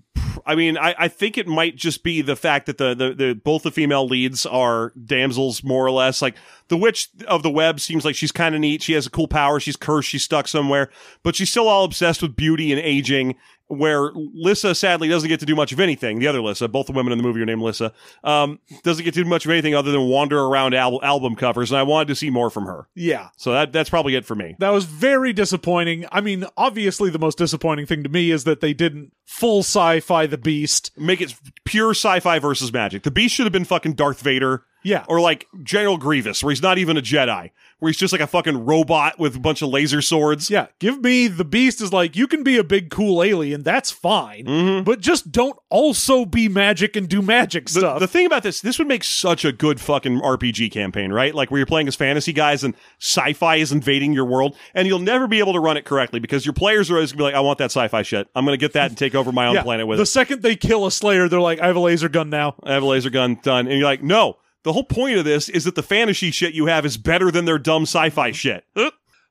I mean, I, I think it might just be the fact that the, the, the both the female leads are damsels, more or less. Like the witch of the web seems like she's kind of neat. She has a cool power. She's cursed. She's stuck somewhere, but she's still all obsessed with beauty and aging. Where Lissa sadly doesn't get to do much of anything. The other Lissa, both the women in the movie are named Lissa, um, doesn't get to do much of anything other than wander around al- album covers. And I wanted to see more from her. Yeah. So that that's probably it for me. That was very disappointing. I mean, obviously, the most disappointing thing to me is that they didn't full sci fi the beast. Make it pure sci-fi versus magic. The Beast should have been fucking Darth Vader. Yeah. Or like General Grievous, where he's not even a Jedi, where he's just like a fucking robot with a bunch of laser swords. yeah. Give me the beast is like, you can be a big, cool alien. That's fine. But just don't also be magic and do magic Mm-hmm. The, stuff. the thing about this, this would make such a good fucking RPG campaign, right? Like where you're playing as fantasy guys and sci-fi is invading your world, and you'll never be able to run it correctly because your players are always gonna be like, "I want that sci-fi shit. I'm gonna get that and take over my own yeah. planet with the it. second they kill a Slayer, they're like, I have a laser gun now. I have a laser gun done." And you're like, "No." The whole point of this is that the fantasy shit you have is better than their dumb sci-fi shit.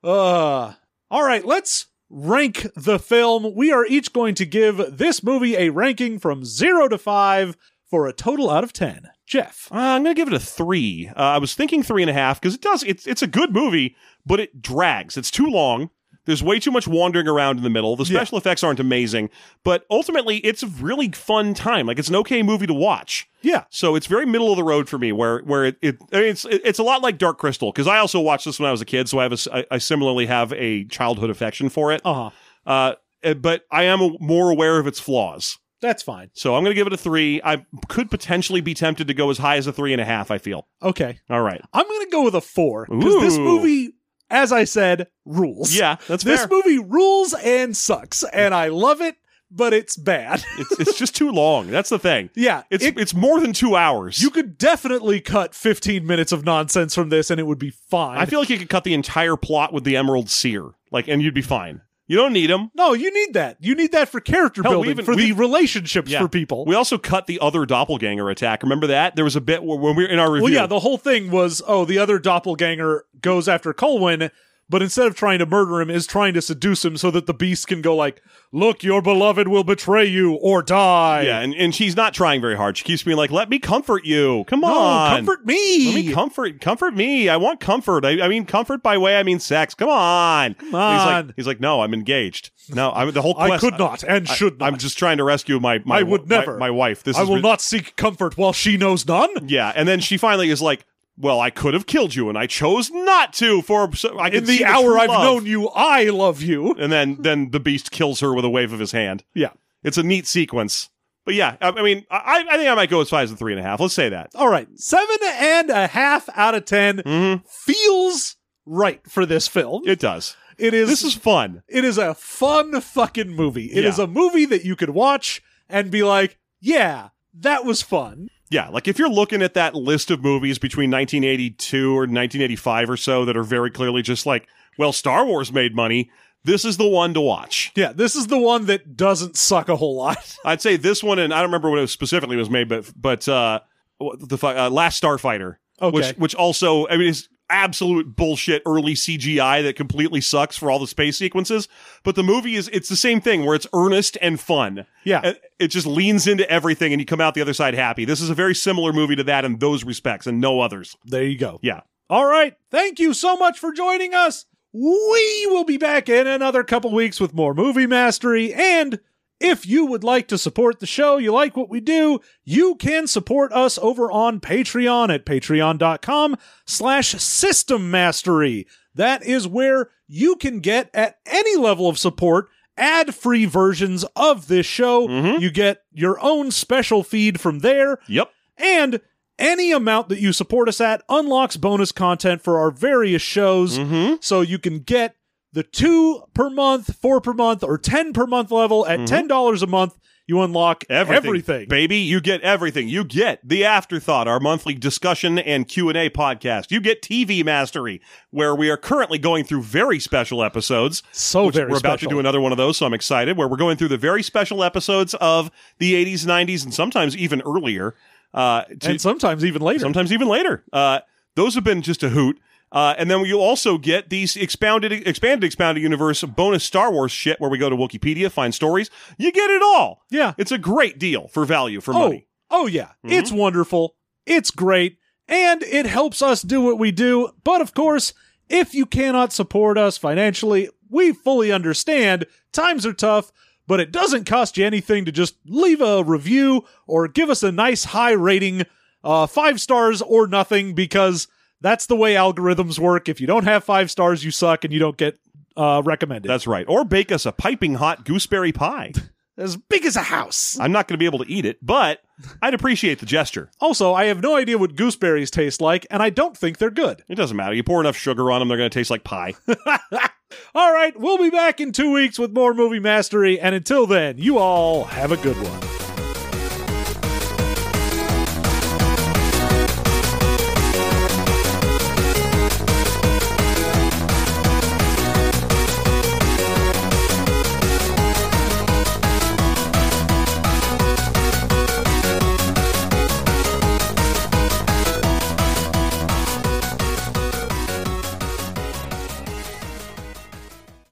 Uh, all right, let's rank the film. We are each going to give this movie a ranking from zero to five for a total out of ten. Jeff. Uh, I'm gonna give it a three. Uh, I was thinking three and a half because it does. It's it's a good movie, but it drags. It's too long. There's way too much wandering around in the middle. The special effects aren't amazing, but ultimately, it's a really fun time. Like it's an okay movie to watch. Yeah. So it's very middle of the road for me, where where it, it I mean, it's it's a lot like Dark Crystal because I also watched this when I was a kid, so I have a s I I similarly have a childhood affection for it. Uh huh. Uh, eh, but I am a- more aware of its flaws. That's fine. So I'm going to give it a three. I could potentially be tempted to go as high as a three and a half. I feel. Okay. All right. I'm going to go with a four because this Ooh. movie, as I said, rules. Yeah, that's This fair. movie rules and sucks, and I love it, but it's bad. it's, it's just too long. That's the thing. yeah. It's it- it's more than two hours. you could definitely cut 15 minutes of nonsense from this and it would be fine. I feel like you could cut the entire plot with the Emerald Seer, like, and you'd be fine. You don't need him. No, you need that. You need that for character Hell, we building, even- for we- the relationships Yeah. for people. We also cut the other doppelganger attack. Remember that? There was a bit where, when we were in our review. well, yeah, the whole thing was oh, the other doppelganger goes after Colwyn, but instead of trying to murder him, is trying to seduce him so that the beast can go like, "Look, your beloved will betray you or die." yeah, and, and she's not trying very hard. She keeps being like, "Let me comfort you. Come No, on, comfort me. Let me comfort, comfort me. I want comfort. I, I mean, comfort by way, I mean sex. Come on, come He's on. like, he's like, no, I'm engaged. No, I'm the whole. I Quest, could not and should not. I'm just trying to rescue my. my I would my- never. My, wife. This I is will re- not seek comfort while she knows none. Yeah, and then she finally is like, "Well, I could have killed you, and I chose not to." For so I In the hour I've known you, I love you. and then then the beast kills her with a wave of his hand. Yeah. It's a neat sequence. But yeah, I, I mean, I, I think I might go as five as a three and a half. Let's say that. All right, seven and a half out of 10 Mhm. feels right for this film. It does. it is This is fun. it is a fun fucking movie. It is Yeah. a movie that you could watch and be like, yeah, that was fun. Yeah, like if you're looking at that list of movies between 1982 or 1985 or so that are very clearly just like, well, Star Wars made money. This is the one to watch. Yeah, this is the one that doesn't suck a whole lot. I'd say this one, and I don't remember when it was specifically was made, but but uh, what the fu- uh, Last Starfighter, Okay. which which also I mean is absolute bullshit early CGI that completely sucks for all the space sequences. But the movie is it's the same thing where it's earnest and fun. Yeah. And it just leans into everything, and you come out the other side happy. This is a very similar movie to that in those respects, and no others. There you go. Yeah. All right. Thank you so much for joining us. We will be back in another couple weeks with more movie mastery. And if you would like to support the show, you like what we do, you can support us over on Patreon at patreon.com slash system mastery. That is where you can get at any level of support ad-free versions of this show. You get your own special feed from there. Yep. And any amount that you support us at unlocks bonus content for our various shows. So you can get the two per month, four per month, or 10 per month level at $10 a month. You unlock Everything, everything. baby. You get everything. You get the afterthought, our monthly discussion and Q and A podcast. You get TV mastery, where we are currently going through very special episodes. So which very we're about to special. do another one of those, so I'm excited. Where we're going through the very special episodes of the 80s, 90s, and sometimes even earlier. Uh, to, and sometimes even later. sometimes even later. Uh, those have been just a hoot. Uh, and then you'll also get these expounded, expanded, expounded universe bonus Star Wars shit where we go to Wikipedia, find stories. You get it all. Yeah. It's a great deal for value for oh, money. Mm-hmm. oh, yeah. It's wonderful. It's great. And it helps us do what we do. But of course, if you cannot support us financially, we fully understand. Times are tough, but it doesn't cost you anything to just leave a review or give us a nice high rating, uh, five stars or nothing, because that's the way algorithms work. If you don't have five stars, you suck and you don't get uh, recommended. That's right. Or bake us a piping hot gooseberry pie. as big as a house. I'm not going to be able to eat it, but I'd appreciate the gesture. Also, I have no idea what gooseberries taste like, and I don't think they're good. It doesn't matter. You pour enough sugar on them, they're going to taste like pie. All right, we'll be back in two weeks with more movie mastery. And until then, you all have a good one.